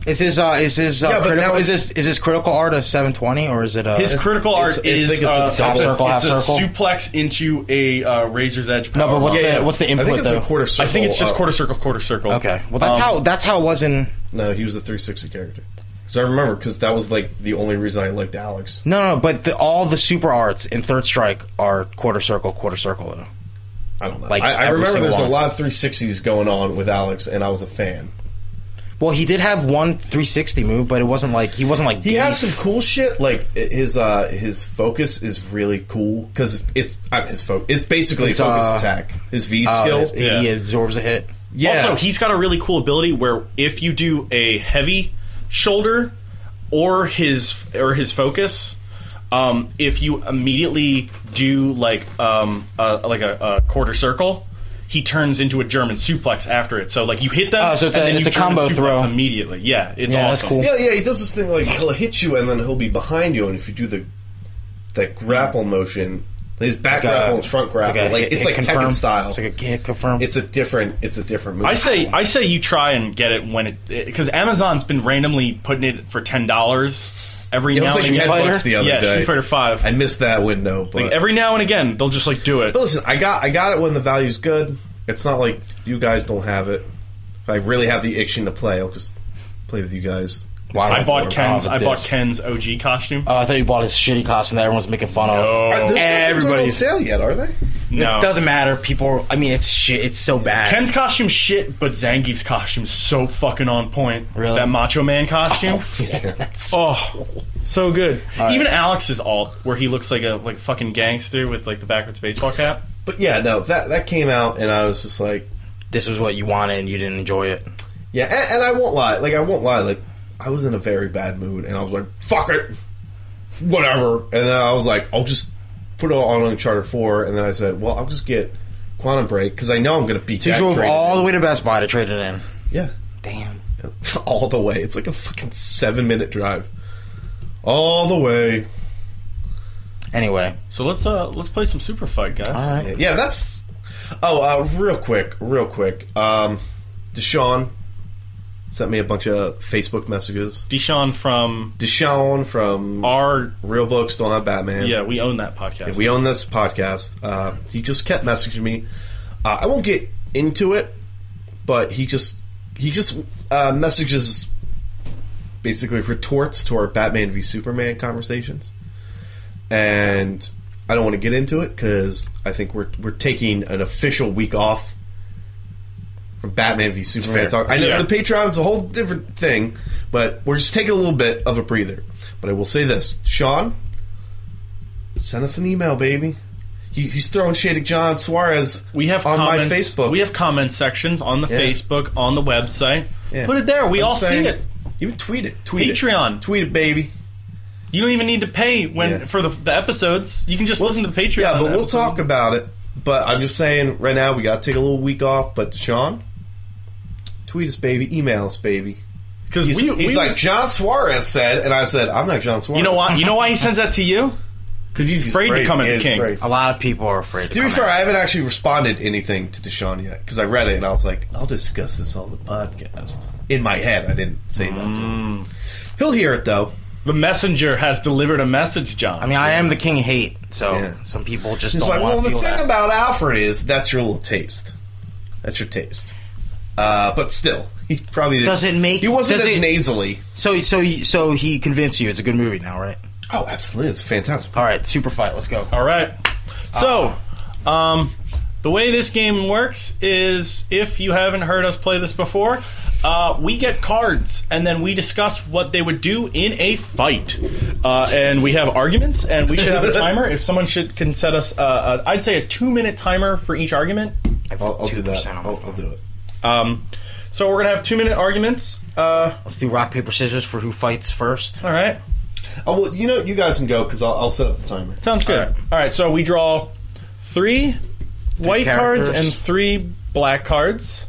Speaker 3: Is his uh, is his uh,
Speaker 1: Yeah, but
Speaker 3: critical,
Speaker 1: now
Speaker 3: is
Speaker 1: it's-
Speaker 3: this is his critical art a 720 or is it a
Speaker 2: His critical art
Speaker 1: It's- I
Speaker 2: is
Speaker 1: think it's a
Speaker 2: uh,
Speaker 1: half
Speaker 2: it's a-
Speaker 3: circle, half
Speaker 2: it's a
Speaker 3: circle.
Speaker 2: suplex into a uh, razor's edge.
Speaker 3: No, but what's
Speaker 2: powerbomb.
Speaker 3: the what's the input
Speaker 1: I think it's
Speaker 3: though?
Speaker 1: a quarter
Speaker 2: I
Speaker 1: circle.
Speaker 2: think it's just
Speaker 1: up.
Speaker 2: quarter circle, quarter circle.
Speaker 3: Okay, well that's
Speaker 2: Um,
Speaker 3: how that's how it was in.
Speaker 1: Oh, No, he was the 360 character. Because I remember, because that was like the only reason I liked Alex.
Speaker 3: No, no, but the, all the super arts in Third Strike are quarter circle, quarter circle though.
Speaker 1: I don't know.
Speaker 3: Like,
Speaker 1: I, I
Speaker 3: every
Speaker 1: remember
Speaker 3: single
Speaker 1: there's a
Speaker 3: one.
Speaker 1: lot of 360s going on with Alex, and I was a fan.
Speaker 3: Well, he did have one 360 move, but it wasn't like he wasn't like
Speaker 1: He
Speaker 3: deep.
Speaker 1: has some cool shit. Like i- his uh his focus is really cool because it's uh, his focus. It's basically
Speaker 3: It's,
Speaker 1: focus
Speaker 3: uh,
Speaker 1: attack. His V
Speaker 3: uh,
Speaker 1: skill.
Speaker 3: his-
Speaker 2: Yeah.
Speaker 3: He absorbs a hit.
Speaker 1: yeah.
Speaker 2: Also, he's got a really cool ability where if you do a heavy shoulder or his or his focus, um, if you immediately do like um, uh, like a, a quarter circle, he turns into a German suplex after it. So like you hit them,
Speaker 3: Oh, so it's
Speaker 2: and
Speaker 3: a-
Speaker 2: then
Speaker 3: it's
Speaker 2: you
Speaker 3: a
Speaker 2: German
Speaker 3: combo
Speaker 2: suplex
Speaker 3: throw.
Speaker 2: immediately. Yeah, it's
Speaker 3: Yeah, that's
Speaker 2: awesome.
Speaker 3: cool.
Speaker 1: yeah, yeah. He does this thing like he'll hit you and then he'll be behind you, and if you do the that grapple motion, his back
Speaker 3: Like a-
Speaker 1: grapple is front grapple. Like,
Speaker 3: a hit-
Speaker 1: it's
Speaker 3: hit
Speaker 1: like
Speaker 3: confirm.
Speaker 1: Tekken style.
Speaker 3: It's like a hit confirm.
Speaker 1: it's a different. It's a different move.
Speaker 2: I say I say you try and get it when it because Amazon's been randomly putting it for ten dollars every
Speaker 1: It
Speaker 2: now
Speaker 1: was like
Speaker 2: and
Speaker 1: ten
Speaker 2: again.
Speaker 3: Fighter?
Speaker 1: bucks the other
Speaker 2: yeah,
Speaker 1: day.
Speaker 2: Street Fighter Five.
Speaker 1: I missed that window, but
Speaker 2: Every now and again, they'll just like do it.
Speaker 1: But listen, I got I got it when the value's good. It's not like you guys don't have it. If I really have the itching to play, I'll just play with you guys.
Speaker 3: Wow.
Speaker 2: I bought Ken's.
Speaker 3: Oh,
Speaker 2: I bought
Speaker 3: this.
Speaker 2: Ken's OG costume.
Speaker 1: Uh,
Speaker 3: Oh, I thought you bought his shitty costume that everyone's making fun
Speaker 2: No.
Speaker 3: of.
Speaker 2: Are
Speaker 1: Those
Speaker 2: those
Speaker 1: Everybody's
Speaker 3: Everybody's.
Speaker 1: not on sale yet, are they?
Speaker 2: no,
Speaker 3: It doesn't matter. People. I mean, it's shit. It's so bad.
Speaker 2: Ken's costume shit, but Zangief's costume's so fucking on point.
Speaker 3: Really?
Speaker 2: that Macho Man costume.
Speaker 3: That's-
Speaker 2: Oh, so good. Even Alex's alt, where he looks like a like fucking gangster with like the backwards baseball cap.
Speaker 1: But yeah, no, that that came out, and I was just like,
Speaker 3: this was what you wanted, and you didn't enjoy it.
Speaker 1: yeah, and, and I won't lie, like I won't lie, like I was in a very bad mood, and I was like, fuck it, whatever, and then I was like, I'll just put it on Uncharted Four, and then I said, well, I'll just get Quantum Break because I know I'm going to beat.
Speaker 3: You
Speaker 1: that
Speaker 3: drove
Speaker 1: trade
Speaker 3: all the
Speaker 1: in.
Speaker 3: way to Best Buy to trade it in.
Speaker 1: Yeah,
Speaker 3: Damn.
Speaker 1: all the way. It's like a fucking seven minute drive. All the way.
Speaker 3: Anyway,
Speaker 2: So let's uh let's play some Super Fight, guys.
Speaker 3: all right.
Speaker 1: Yeah, that's. Oh, uh, real quick, real quick. Um, Deshaun sent me a bunch of Facebook messages.
Speaker 2: Deshaun from
Speaker 1: Deshaun from
Speaker 2: our
Speaker 1: Real Books Don't Have Batman.
Speaker 2: yeah, we own that podcast.
Speaker 1: we own this podcast. Uh, he just kept messaging me. Uh, I won't get into it, but he just he just uh, messages basically retorts to our Batman v Superman conversations, and I don't want to get into it because I think we're we're taking an official week off from Batman v Superman
Speaker 3: fair.
Speaker 1: talk. I know
Speaker 2: Yeah.
Speaker 1: the Patreon's a whole different thing, but we're just taking a little bit of a breather. But I will say this, Sean, send us an email, baby. He, he's throwing shade at John Suarez
Speaker 2: We have
Speaker 1: on
Speaker 2: comments,
Speaker 1: my Facebook.
Speaker 2: We have comment sections on the
Speaker 1: Yeah.
Speaker 2: Facebook, on the website.
Speaker 1: Yeah.
Speaker 2: Put it there. We
Speaker 1: I'm
Speaker 2: all
Speaker 1: saying-
Speaker 2: see it.
Speaker 1: Even tweet it. Tweet
Speaker 2: Patreon.
Speaker 1: it. Tweet it, baby.
Speaker 2: You don't even need to pay when
Speaker 1: Yeah.
Speaker 2: for the, the episodes. You can just listen to the Patreon.
Speaker 1: Yeah, but we'll
Speaker 2: episode.
Speaker 1: talk about it. But I'm just saying, right now we got to take a little week off. But Sean, tweet us, baby. Email us, baby.
Speaker 2: because
Speaker 1: He's,
Speaker 2: we,
Speaker 1: he's
Speaker 2: we-
Speaker 1: like John Suarez said, and I said, I'm not John Suarez.
Speaker 2: you know why? You know why he sends that to you? Because he's,
Speaker 1: He's
Speaker 2: afraid, to come at
Speaker 1: He
Speaker 2: the
Speaker 1: is
Speaker 2: king.
Speaker 1: afraid.
Speaker 3: A lot of people are afraid. To
Speaker 1: To be
Speaker 3: come
Speaker 1: fair,
Speaker 3: out.
Speaker 1: I haven't actually responded anything to Deshaun yet because I read it and I was like, I'll discuss this on the podcast. In my head, I didn't say that to him.
Speaker 3: Mm.
Speaker 1: He'll hear it though.
Speaker 2: The messenger has delivered a message, John.
Speaker 3: I mean, I am the king of hate, so
Speaker 1: Yeah.
Speaker 3: some people just
Speaker 1: He's
Speaker 3: don't
Speaker 1: like,
Speaker 3: want
Speaker 1: well, the
Speaker 3: to feel
Speaker 1: thing
Speaker 3: that.
Speaker 1: about Alfred is that's your little taste. That's your taste. Uh, but still, he probably didn't-
Speaker 3: Does it make-
Speaker 1: he wasn't
Speaker 3: does
Speaker 1: as
Speaker 3: it-
Speaker 1: nasally.
Speaker 3: so, so, you- so he convinced you. It's a good movie now, right?
Speaker 1: Oh, absolutely, it's fantastic.
Speaker 3: All right, super fight. Let's go.
Speaker 2: All right. So, um, the way this game works is if you haven't heard us play this before, uh, we get cards and then we discuss what they would do in a fight. Uh, and we have arguments and we should have a timer. If someone should can set us, uh, uh, I'd say a two minute timer for each argument.
Speaker 1: I'll, I'll do that.
Speaker 3: 2% on my
Speaker 1: I'll, I'll do it.
Speaker 2: Um, so we're gonna have two minute arguments. Uh,
Speaker 3: Let's do rock paper scissors for who fights first.
Speaker 2: all right.
Speaker 1: Oh, well, you know, you guys can go because I'll, I'll set up the timer.
Speaker 2: Sounds good. All right. So we draw three, white cards
Speaker 3: characters.
Speaker 2: and three black cards.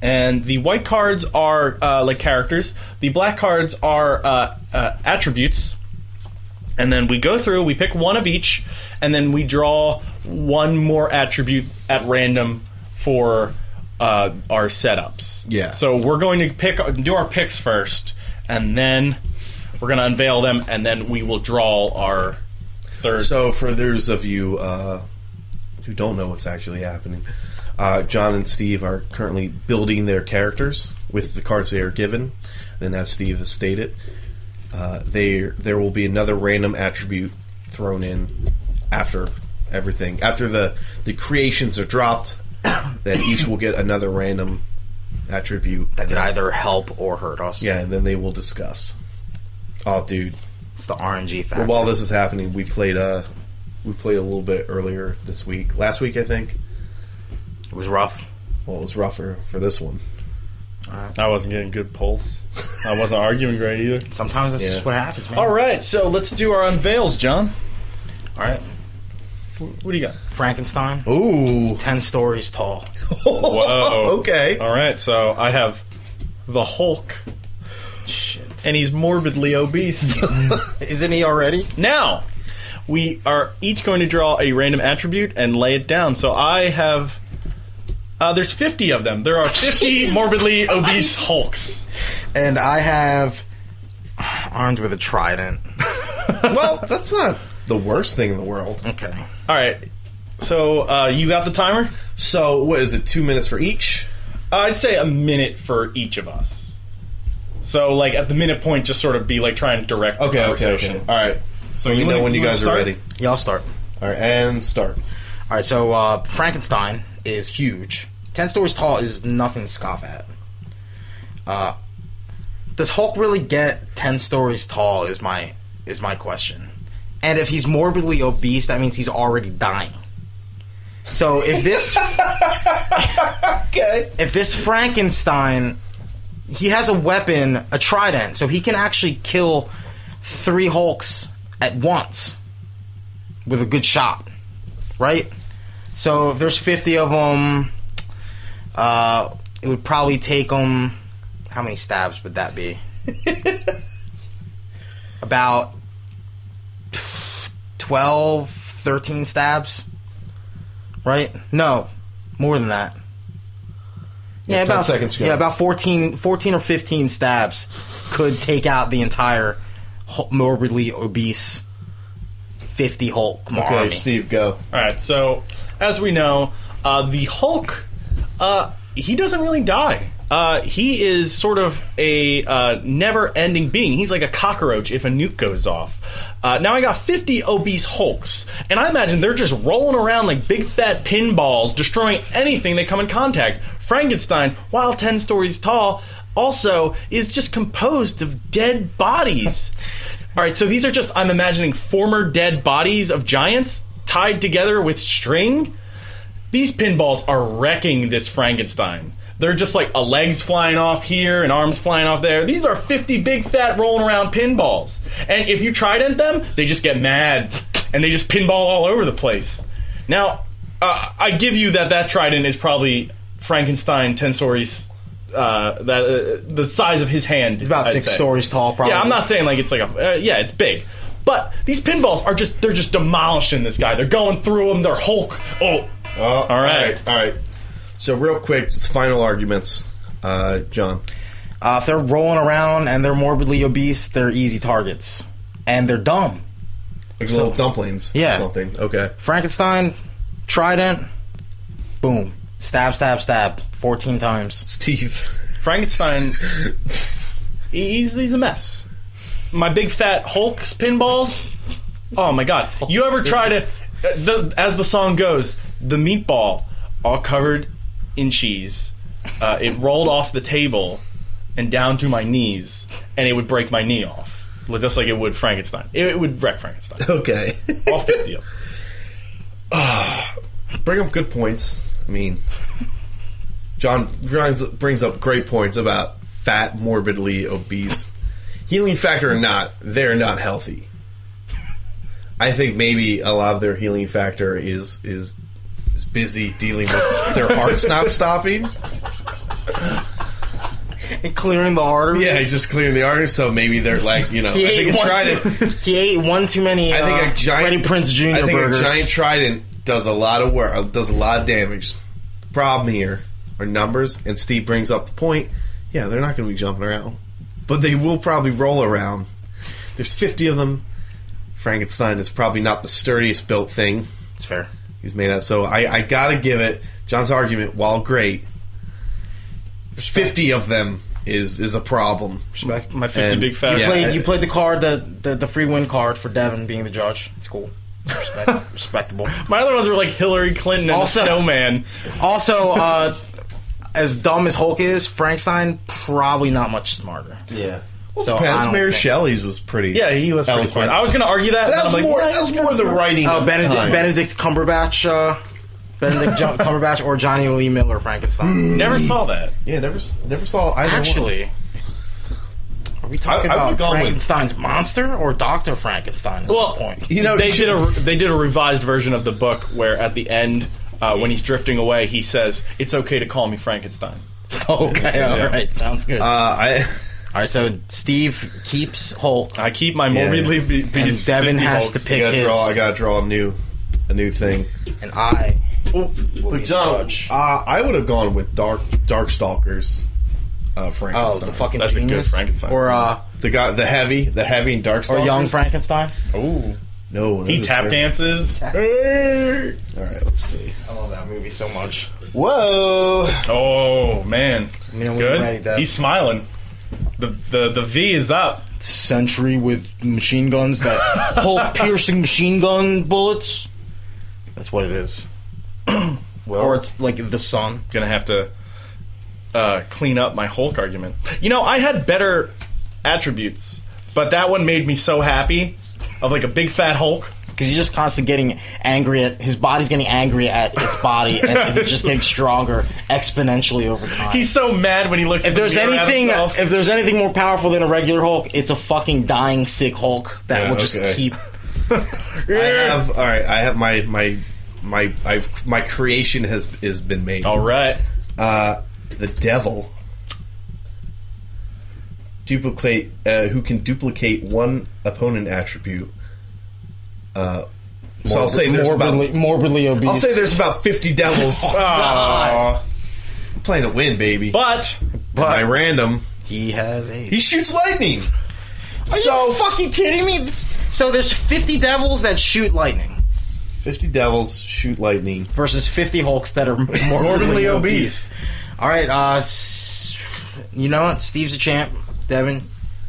Speaker 2: And the white cards are uh, like characters. The black cards are uh, uh, attributes. And then we go through. We pick one of each, and then we draw one more attribute at random for uh, our setups.
Speaker 1: Yeah.
Speaker 2: So we're going to pick do our picks first, and then we're going to unveil them, and then we will draw our third.
Speaker 1: So, for those of you uh, who don't know what's actually happening, uh, John and Steve are currently building their characters with the cards they are given. Then, as Steve has stated, uh, they there will be another random attribute thrown in after everything. After the the creations are dropped, then each will get another random attribute.
Speaker 3: That could either help or hurt us.
Speaker 1: Yeah, and then they will discuss. Oh, dude.
Speaker 3: it's the RNG factor.
Speaker 1: While this is happening, we played uh we played a little bit earlier this week. Last week I think.
Speaker 3: it was rough.
Speaker 1: Well it was rougher for this one.
Speaker 2: I wasn't getting good polls. I wasn't arguing great either.
Speaker 3: Sometimes that's
Speaker 1: Yeah.
Speaker 3: just what happens, man.
Speaker 2: All right, so let's do our unveils, John.
Speaker 3: All right.
Speaker 2: What do you got?
Speaker 3: Frankenstein,
Speaker 1: Ooh.
Speaker 3: ten stories tall.
Speaker 2: Whoa.
Speaker 1: okay.
Speaker 2: All right, so I have the Hulk,
Speaker 3: Shit.
Speaker 2: and he's morbidly obese.
Speaker 3: Isn't he already?
Speaker 2: now, we are each going to draw a random attribute and lay it down. So I have. Uh, there's 50 of them. There are 50 morbidly obese Hulks.
Speaker 3: And I have armed with a trident.
Speaker 1: well, that's not the worst thing in the world.
Speaker 3: Okay.
Speaker 2: All right, so uh, you got the timer?
Speaker 1: So what is it, two minutes for each?
Speaker 2: I'd say a minute for each of us. So, like at the minute point, just sort of be like trying to direct the
Speaker 1: Okay, okay,
Speaker 2: conversation.
Speaker 1: okay. Alright. So you
Speaker 2: wanna-
Speaker 1: know when
Speaker 2: you
Speaker 1: you
Speaker 2: wanna
Speaker 1: guys are
Speaker 2: start?
Speaker 1: ready.
Speaker 3: Y'all start.
Speaker 1: Alright, and start.
Speaker 3: All right. So uh, Frankenstein is huge. Ten stories tall is nothing to scoff at. Uh, does Hulk really get ten stories tall? Is my is my question. And if he's morbidly obese, that means he's already dying. So if this
Speaker 1: Okay.
Speaker 3: if this Frankenstein, he has a weapon, a trident, so he can actually kill three Hulks at once with a good shot, right? So if there's 50 of them, uh, it would probably take them. How many stabs would that be? About 12, 13 stabs, right? No, more than that. Yeah,
Speaker 1: 10
Speaker 3: about,
Speaker 1: seconds to go.
Speaker 3: yeah, about 14, 14 or 15 stabs could take out the entire ho- morbidly obese 50 Hulk
Speaker 1: Okay,
Speaker 3: army.
Speaker 1: Steve, go.
Speaker 2: All right. So, as we know, uh, the Hulk, uh, he doesn't really die. Uh, he is sort of a uh, never-ending being. He's like a cockroach if a nuke goes off. Uh, now I got 50 obese Hulks, and I imagine they're just rolling around like big fat pinballs, destroying anything they come in contact. Frankenstein, while 10 stories tall, also is just composed of dead bodies. All right, so these are just I'm imagining former dead bodies of giants tied together with string. These pinballs are wrecking this Frankenstein. They're just like a legs flying off here and arms flying off there. These are 50 big fat rolling around pinballs. And if you trident them, they just get mad and they just pinball all over the place. Now, uh, I give you that that trident is probably Frankenstein Tensori's uh, that uh, the size of his hand.
Speaker 3: It's about six stories tall, probably.
Speaker 2: Yeah, I'm not saying like it's like a uh, yeah, it's big. But these pinballs are just they're just demolishing this guy. They're going through him. They're Hulk. Oh,
Speaker 1: Oh, all
Speaker 2: right.
Speaker 1: all right. So, real quick, final arguments, uh, John.
Speaker 3: Uh, if they're rolling around and they're morbidly obese, they're easy targets. And they're dumb.
Speaker 1: Like little dumplings, or
Speaker 3: Yeah.
Speaker 1: something. Okay,
Speaker 3: Frankenstein, Trident, boom. Stab, stab, stab. 14 times.
Speaker 1: Steve.
Speaker 2: Frankenstein. he's he's a mess. My big fat Hulk's pinballs. Oh my god! You ever try to? uh, The, as the song goes, the meatball, all covered in cheese, uh, it rolled off the table and down to my knees, and it would break my knee off, just like it would Frankenstein. It, it would wreck Frankenstein.
Speaker 1: Okay,
Speaker 2: all fifty of them.
Speaker 1: bring up good points. I mean, John brings, brings up great points about fat, morbidly obese. Healing factor or not, they're not healthy. I think maybe a lot of their healing factor is is is busy dealing with their hearts not stopping.
Speaker 3: And clearing the arteries.
Speaker 1: Yeah, he's just clearing the artery, so maybe they're like, you know, I
Speaker 3: He
Speaker 1: think
Speaker 3: ate,
Speaker 1: a
Speaker 3: one
Speaker 1: trident.
Speaker 3: too, he ate one too many.
Speaker 1: I think
Speaker 3: uh,
Speaker 1: a giant
Speaker 3: Freddie Prince Jr.
Speaker 1: I think
Speaker 3: burgers.
Speaker 1: a giant trident does a lot of work, uh, does a lot of damage. Problem here are numbers, and Steve brings up the point. Yeah, they're not going to be jumping around, but they will probably roll around. There's 50 of them. Frankenstein is probably not the sturdiest built thing
Speaker 3: It's fair.
Speaker 1: he's made out. So I, I got to give it John's argument. While great, 50 of them is is a problem.
Speaker 3: Respect.
Speaker 2: My fifty
Speaker 1: And-
Speaker 2: big fat.
Speaker 1: yeah.
Speaker 3: You played,
Speaker 1: I-
Speaker 3: you played the card, the, the, the free win card for Devin being the judge. It's cool. Respect, respectable.
Speaker 2: My other ones were like Hillary Clinton and
Speaker 3: Also-
Speaker 2: the Snowman.
Speaker 3: Also, uh, as dumb as Hulk is, Frankenstein probably not much smarter.
Speaker 1: Yeah.
Speaker 3: So I
Speaker 1: Pence
Speaker 3: don't
Speaker 1: Mary
Speaker 3: think-
Speaker 1: Shelley's was pretty.
Speaker 2: Yeah, he was pretty
Speaker 1: Eloquent.
Speaker 2: smart. I was going to argue that.
Speaker 1: That was
Speaker 2: and I'm like,
Speaker 1: more.
Speaker 2: "What?"
Speaker 1: That was more the writing.
Speaker 3: Uh,
Speaker 1: of
Speaker 3: Benedict,
Speaker 1: time.
Speaker 3: Benedict Cumberbatch, uh, Benedict Ju- Cumberbatch, or Johnny Lee Miller Frankenstein.
Speaker 2: Never saw that.
Speaker 1: Yeah, never, s- never saw. Either
Speaker 3: Actually, are we talking
Speaker 1: I would've
Speaker 3: about
Speaker 1: gone with-
Speaker 3: Frankenstein's monster or Doctor Frankenstein? At
Speaker 2: Well,
Speaker 3: this point,
Speaker 1: You know,
Speaker 2: they did a
Speaker 1: just-
Speaker 2: they did a revised version of the book where at the end, uh, when he's drifting away, he says, "It's okay to call me Frankenstein."
Speaker 3: okay, all right,
Speaker 2: Yeah.
Speaker 3: sounds good.
Speaker 1: one. Uh, I
Speaker 3: all right, so Steve keeps Hulk.
Speaker 2: I keep my morbidly be
Speaker 3: And
Speaker 2: obese.
Speaker 3: Devin
Speaker 2: 50
Speaker 3: has
Speaker 2: Hulks.
Speaker 3: to pick
Speaker 1: gotta
Speaker 3: his,
Speaker 1: draw. I gotta draw a new, a new thing.
Speaker 3: and I.
Speaker 2: Oh,
Speaker 3: But John, judge.
Speaker 1: Uh, I would have gone with Dark Darkstalkers, uh,
Speaker 3: oh,
Speaker 1: Frankenstein.
Speaker 3: the fucking
Speaker 2: That's a good
Speaker 3: genius.
Speaker 2: Frankenstein.
Speaker 3: or uh,
Speaker 1: The guy, the heavy, the heavy and Darkstalkers.
Speaker 3: or young Frankenstein.
Speaker 2: Ooh.
Speaker 1: No,
Speaker 2: he tap
Speaker 1: dance.
Speaker 2: dances.
Speaker 1: All right, let's see.
Speaker 3: I love that movie so much.
Speaker 1: Whoa!
Speaker 2: Oh man,
Speaker 3: You know, when you're ready,
Speaker 2: good.
Speaker 3: Dev.
Speaker 2: he's smiling. The the the V is up.
Speaker 3: Sentry with machine guns that Hulk piercing machine gun bullets. That's what it is.
Speaker 1: Well,
Speaker 3: Or it's like the sun.
Speaker 2: gonna have to uh, clean up my Hulk argument. You know, I had better attributes, but that one made me so happy. Of like a big fat Hulk.
Speaker 3: Because he's just constantly getting angry at his body's getting angry at its body, and it's just getting stronger exponentially over time.
Speaker 2: He's so mad when he looks.
Speaker 3: if there's anything, if there's anything more powerful than a regular Hulk, it's a fucking dying sick Hulk that
Speaker 1: Yeah,
Speaker 3: will just
Speaker 1: okay.
Speaker 3: keep
Speaker 1: I have all right. I have my my my I've my creation has has been made.
Speaker 2: All right.
Speaker 1: Uh, the devil duplicate uh, who can duplicate one opponent attribute. Uh, so I'll say there's
Speaker 3: morbidly,
Speaker 1: about
Speaker 3: morbidly obese.
Speaker 1: I'll say there's about fifty devils
Speaker 2: Aw.
Speaker 1: I'm playing to win, baby.
Speaker 2: But
Speaker 1: But my random,
Speaker 3: he has a.
Speaker 1: he shoots lightning.
Speaker 3: Are
Speaker 1: so
Speaker 3: you fucking kidding me? This- So there's 50 devils that shoot lightning
Speaker 1: fifty devils shoot lightning.
Speaker 3: versus 50 hulks that are morbidly obese. All right, uh, s- you know what? Steve's a champ. Devin,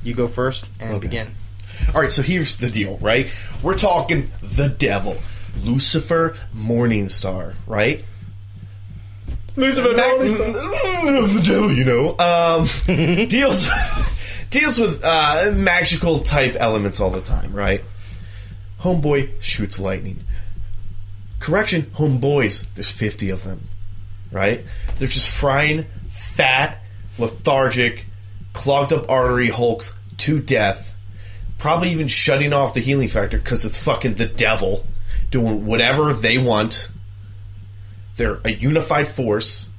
Speaker 3: you go first and begin.
Speaker 1: All right, so here's the deal, right? We're talking the devil, Lucifer, Morningstar, right?
Speaker 2: Lucifer
Speaker 1: Back-
Speaker 2: Morningstar.
Speaker 1: Mm, the devil, you know, um, deals deals with uh, magical type elements all the time, right? Homeboy shoots lightning. Correction, homeboys. There's 50 of them, right? They're just frying fat, lethargic, clogged up artery hulks to death. Probably even shutting off the healing factor because it's fucking the devil doing whatever they want. They're a unified force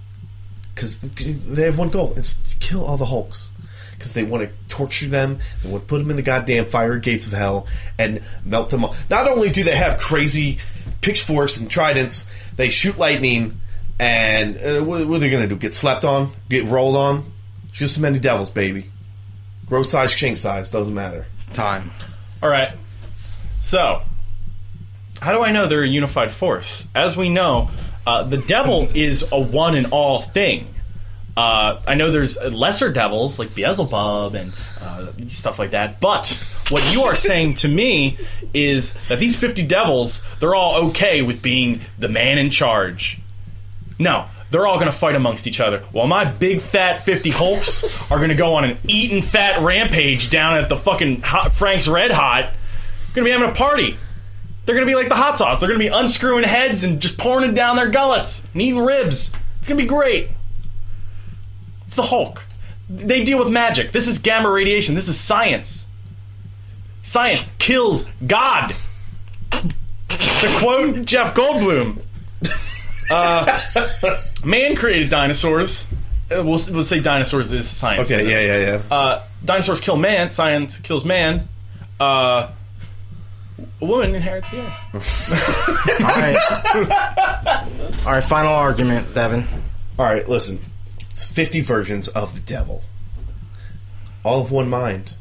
Speaker 1: because they have one goal: it's to kill all the Hulks. Because they want to torture them, they want to put them in the goddamn fire gates of hell and melt them all. Not only do they have crazy pitchforks and tridents, they shoot lightning, and uh, what, what are they going to do? Get slept on? Get rolled on? It's just as many devils, baby. Grow size, chink size, doesn't matter.
Speaker 3: Time.
Speaker 2: All right. So, how do I know they're a unified force? As we know, uh, the devil is a one and all thing. Uh, I know there's lesser devils like Beelzebub and uh, stuff like that, but what you are saying to me is that these 50 devils, they're all okay with being the man in charge. No, they're all gonna fight amongst each other. While my big fat fifty Hulks are gonna go on an eating fat rampage down at the fucking hot Frank's Red Hot. Gonna be having a party. They're gonna be like the hot sauce. They're gonna be unscrewing heads and just pouring it down their gullets and eating ribs. It's gonna be great. It's the Hulk. They deal with magic. This is gamma radiation. This is science. Science kills God. to quote Jeff Goldblum. uh, Man created dinosaurs. Uh, We'll, we'll say dinosaurs is science. in
Speaker 1: Okay,
Speaker 2: this.
Speaker 1: yeah, yeah, yeah.
Speaker 2: Uh, dinosaurs kill man. Science kills man. Uh, a woman inherits the earth.
Speaker 3: All right. All right, final argument, Devin.
Speaker 1: All right, listen. It's 50 versions of the devil. All of one mind.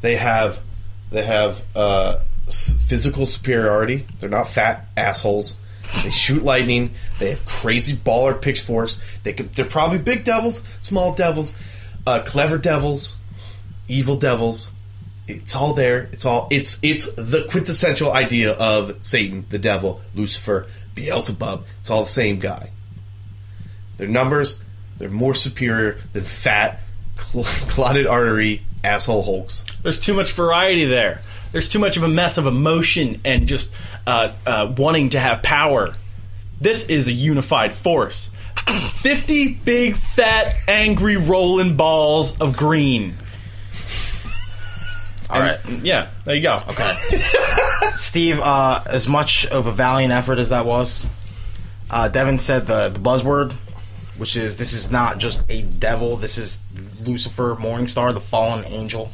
Speaker 1: They have they have uh, s- physical superiority. They're not fat assholes. They shoot lightning. They have crazy baller pitchforks. They could, they're probably big devils, small devils, uh, clever devils, evil devils. It's all there. It's all it's it's the quintessential idea of Satan, the devil, Lucifer, Beelzebub. It's all the same guy. Their numbers, they're more superior than fat, cl- clotted artery, asshole hulks.
Speaker 2: There's too much variety there. There's too much of a mess of emotion and just uh, uh, wanting to have power. This is a unified force. 50 big, fat, angry, rolling balls of green.
Speaker 3: All right,
Speaker 2: Yeah, there you go. Okay.
Speaker 3: Steve, uh, as much of a valiant effort as that was, uh, Devin said the, the buzzword, which is this is not just a devil, this is Lucifer, Morningstar, the fallen angel,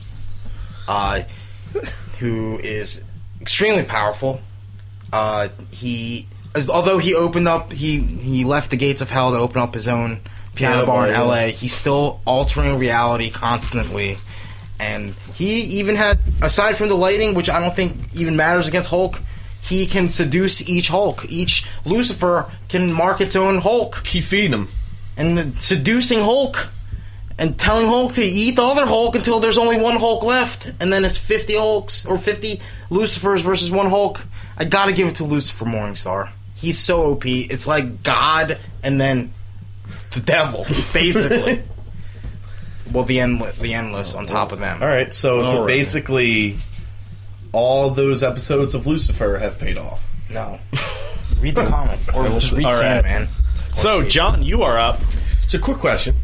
Speaker 3: uh, who is extremely powerful. Uh, he, as, although he opened up, he, he left the gates of hell to open up his own piano
Speaker 1: Piano
Speaker 3: bar in
Speaker 1: bar, yeah.
Speaker 3: LA. He's still altering reality constantly. And he even had, aside from the lightning, which I don't think even matters against Hulk, he can seduce each Hulk. Each Lucifer can mark its own Hulk.
Speaker 1: Keep feeding them.
Speaker 3: And the seducing Hulk and telling Hulk to eat the other Hulk until there's only one Hulk left. And then it's 50 Hulks or 50 Lucifers versus one Hulk. I gotta give it to Lucifer Morningstar. He's so OP. It's like God and then the devil, basically. well, the end, the endless on top of them.
Speaker 1: All right, so so
Speaker 2: All right.
Speaker 1: basically, all those episodes of Lucifer have paid off.
Speaker 3: No. Read the comic. Or just read
Speaker 2: All right.
Speaker 3: Sandman.
Speaker 2: So, John, you are up.
Speaker 1: So, quick question: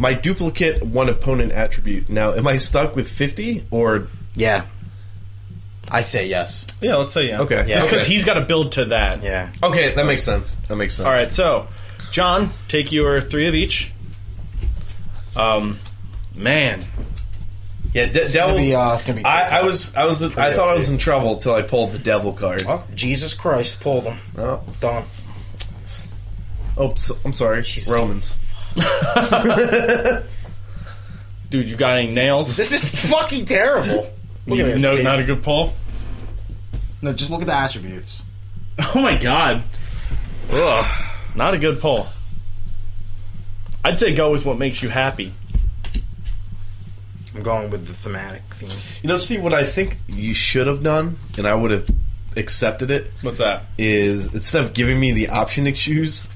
Speaker 1: My duplicate one opponent attribute. Now, am I stuck with fifty or
Speaker 3: Yeah. I say yes.
Speaker 2: Yeah, let's say yeah.
Speaker 1: Okay.
Speaker 2: Just because
Speaker 1: Okay.
Speaker 2: he's got to build to that.
Speaker 3: Yeah.
Speaker 1: Okay, that makes sense. That makes sense.
Speaker 2: All right, so John, take your three of each. Um, man,
Speaker 1: Yeah, de- devil's.
Speaker 3: be, uh, it's gonna be
Speaker 1: I, I was, I was, I thought I was in trouble till I pulled the devil card.
Speaker 3: Oh, Jesus Christ, pulled him.
Speaker 1: Oh,
Speaker 3: Done.
Speaker 1: oh so, I'm sorry, Romans.
Speaker 2: dude, you got any nails?
Speaker 3: This is fucking terrible. Look
Speaker 2: You-
Speaker 3: at this.
Speaker 2: no,
Speaker 3: Steve.
Speaker 2: not a good pull.
Speaker 3: no, just look at the attributes.
Speaker 2: Oh my god. Ugh, not a good pull. I'd say go with what makes you happy.
Speaker 3: I'm going with the thematic theme.
Speaker 1: You know, see what I think you should have done, and I would have accepted it.
Speaker 2: What's that?
Speaker 1: Is instead of giving me the option to choose,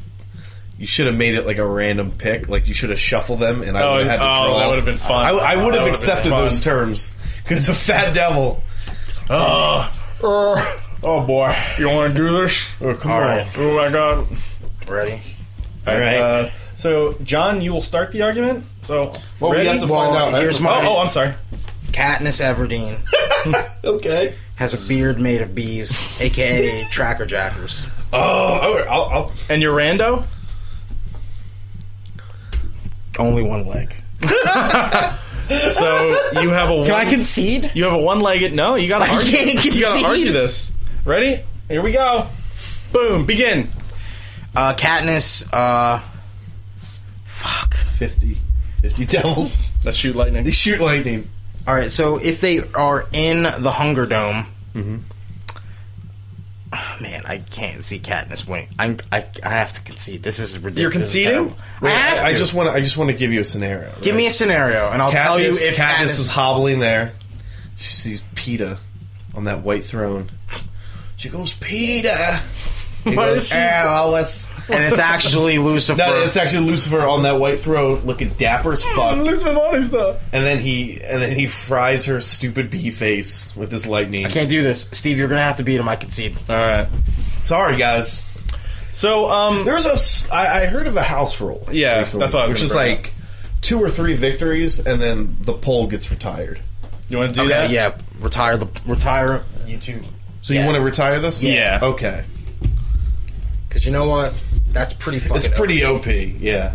Speaker 1: you should have made it like a random pick. Like you should have shuffled them, and I
Speaker 2: Oh,
Speaker 1: would have had to
Speaker 2: oh,
Speaker 1: draw.
Speaker 2: that would have been fun.
Speaker 1: I, I would
Speaker 2: That
Speaker 1: have
Speaker 2: would have
Speaker 1: accepted
Speaker 2: been fun.
Speaker 1: those terms because the fat devil.
Speaker 2: Ugh. Ugh.
Speaker 1: Oh boy!
Speaker 2: you want to do this?
Speaker 1: Oh, come
Speaker 3: All
Speaker 1: on.
Speaker 3: right.
Speaker 2: Oh my god.
Speaker 3: Ready?
Speaker 2: All
Speaker 1: right.
Speaker 2: Uh, so, John, you will start the argument. So,
Speaker 1: Well, we
Speaker 2: ready?
Speaker 1: have to
Speaker 3: Well,
Speaker 1: find out.
Speaker 3: here's
Speaker 2: Oh,
Speaker 3: my-
Speaker 2: oh, I'm sorry.
Speaker 3: Katniss Everdeen
Speaker 1: okay.
Speaker 3: has a beard made of bees, aka tracker jackers.
Speaker 1: Oh, all right, I'll, I'll,
Speaker 2: And your rando?
Speaker 3: Only one leg.
Speaker 2: So you have a one,
Speaker 3: Can I concede?
Speaker 2: you have a one-legged. No, you gotta argue.
Speaker 3: can't
Speaker 2: you gotta
Speaker 3: concede.
Speaker 2: argue this. Ready? Here we go. Boom. Begin.
Speaker 3: Uh, Katniss, uh, fuck.
Speaker 1: 50. 50 devils.
Speaker 2: Let's shoot lightning.
Speaker 1: They shoot lightning.
Speaker 3: All right, so if they are in the Hunger Dome, man, I can't see Katniss winning. I, I, I have to concede. This is ridiculous.
Speaker 2: You're conceding?
Speaker 3: This is terrible. I have to.
Speaker 1: I just want to. I just want to give you a scenario.
Speaker 3: give me a scenario, and I'll
Speaker 1: Katniss,
Speaker 3: tell you if
Speaker 1: Katniss,
Speaker 3: Katniss,
Speaker 1: is hobbling there. She sees PETA on that white throne. She goes, PETA. He
Speaker 2: Why
Speaker 1: goes,
Speaker 2: is she-
Speaker 1: Alice.
Speaker 3: and it's actually Lucifer.
Speaker 1: No, it's actually Lucifer on that white throne, looking dapper as fuck.
Speaker 2: Loose with all this stuff.
Speaker 1: And then he and then he fries her stupid bee face with his lightning.
Speaker 3: I can't do this, Steve. You're gonna have to beat him. I concede.
Speaker 2: All right.
Speaker 1: Sorry, guys.
Speaker 2: So, um,
Speaker 1: There's a. s- I, I heard of a house rule.
Speaker 2: Yeah, that's what I was
Speaker 1: which
Speaker 2: gonna
Speaker 1: is
Speaker 2: bring
Speaker 1: like two or three victories, and then the poll gets retired.
Speaker 2: you want to do
Speaker 3: Okay,
Speaker 2: that?
Speaker 3: yeah. Retire the retire YouTube
Speaker 1: So you want to retire this?
Speaker 2: Yeah.
Speaker 1: Okay.
Speaker 3: because you know what? That's pretty fucking.
Speaker 1: It's pretty OP. Yeah.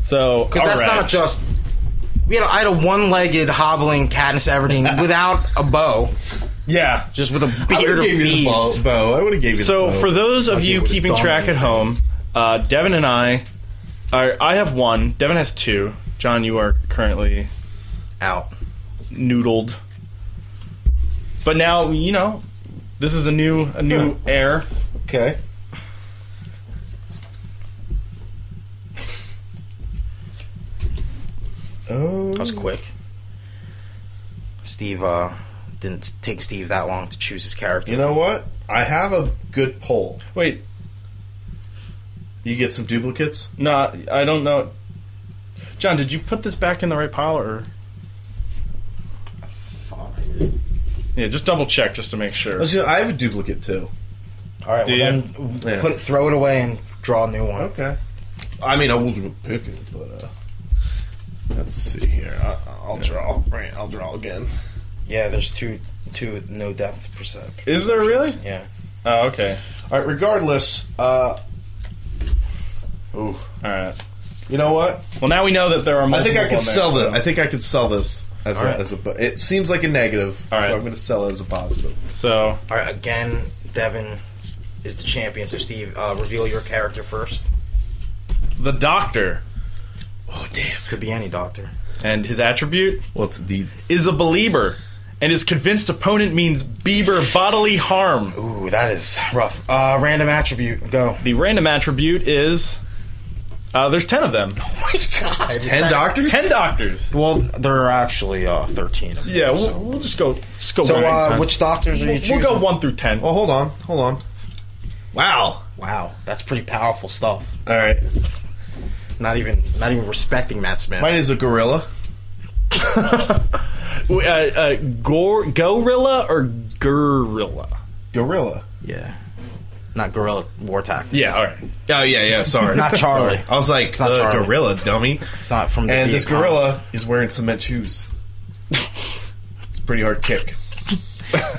Speaker 2: So,
Speaker 3: Because that's
Speaker 2: alright.
Speaker 3: not just. We had a, I had a one-legged hobbling Katniss Everdeen without a bow,
Speaker 2: yeah.
Speaker 3: just with a
Speaker 1: I would
Speaker 3: beard of
Speaker 1: have gave you the
Speaker 3: bees.
Speaker 1: bow. bow. I would have gave you.
Speaker 2: So,
Speaker 1: the bow.
Speaker 2: for those of you
Speaker 3: would've
Speaker 2: keeping track at
Speaker 3: dominated.
Speaker 2: home, uh, Devin and I, are, I have one. Devin has two. John, you are currently
Speaker 3: Out.
Speaker 2: noodled. But now you know, this is a new a new air.
Speaker 1: okay. Oh,
Speaker 3: That was quick. Steve uh, didn't take Steve that long to choose his character.
Speaker 1: you know what? I have a good poll.
Speaker 2: Wait,
Speaker 1: You get some duplicates.
Speaker 2: no, I don't know. John, did you put this back in the right pile or? Yeah, just double check just to make sure.
Speaker 1: Let's just- I have a duplicate too.
Speaker 3: All right,
Speaker 2: Do
Speaker 3: well
Speaker 2: you?
Speaker 3: then
Speaker 1: Yeah.
Speaker 3: put throw it away and draw a new one.
Speaker 1: Okay. I mean, I wasn't picking, but uh, let's see here. I, I'll draw. Right, I'll draw again.
Speaker 3: Yeah, there's two two with no depth percent.
Speaker 2: Is there really?
Speaker 3: Yeah.
Speaker 2: Oh, okay.
Speaker 1: All right. Regardless, uh, ooh,
Speaker 2: All right.
Speaker 1: you know what?
Speaker 2: Well, now we know that there are.
Speaker 1: I think I
Speaker 2: can
Speaker 1: could sell this. I think I could sell this as a,
Speaker 3: All right.
Speaker 1: as a. bu- It seems like a negative.
Speaker 2: All right.
Speaker 1: So I'm going to sell it as a positive.
Speaker 2: So
Speaker 3: All right, again, Devin is the champion. So Steve, uh, reveal your character first.
Speaker 2: the doctor
Speaker 1: Oh damn!
Speaker 3: Could be any doctor.
Speaker 2: and his attribute
Speaker 1: What's the?
Speaker 2: is a believer, and his convinced opponent means Bieber bodily harm.
Speaker 3: Ooh, that is rough. Uh, random attribute. Go.
Speaker 2: The random attribute is uh, there's ten of them.
Speaker 3: Oh my god.
Speaker 1: Ten doctors.
Speaker 2: Ten doctors.
Speaker 3: Well, there are actually uh, thirteen. Of them,
Speaker 2: Yeah,
Speaker 3: so-
Speaker 2: we'll, we'll just go. Just go.
Speaker 3: So,
Speaker 2: one.
Speaker 3: uh, which doctors are you
Speaker 2: we'll
Speaker 3: choosing?
Speaker 2: go one through ten.
Speaker 1: Well, hold on, hold on. Wow.
Speaker 3: Wow, that's pretty powerful stuff.
Speaker 1: All right.
Speaker 3: Not even, not even respecting Matt Smith.
Speaker 1: Mine is a gorilla.
Speaker 2: Uh, uh, gor- gorilla or gorilla?
Speaker 1: Gorilla.
Speaker 3: yeah, not gorilla war tactics.
Speaker 2: Yeah. All right.
Speaker 1: Oh yeah, yeah. Sorry.
Speaker 3: not Charlie.
Speaker 1: I was like
Speaker 3: not
Speaker 1: the
Speaker 3: Charlie.
Speaker 1: gorilla dummy.
Speaker 3: It's not from the
Speaker 1: And this
Speaker 3: Vietnam.
Speaker 1: gorilla is wearing cement shoes. it's a pretty hard kick.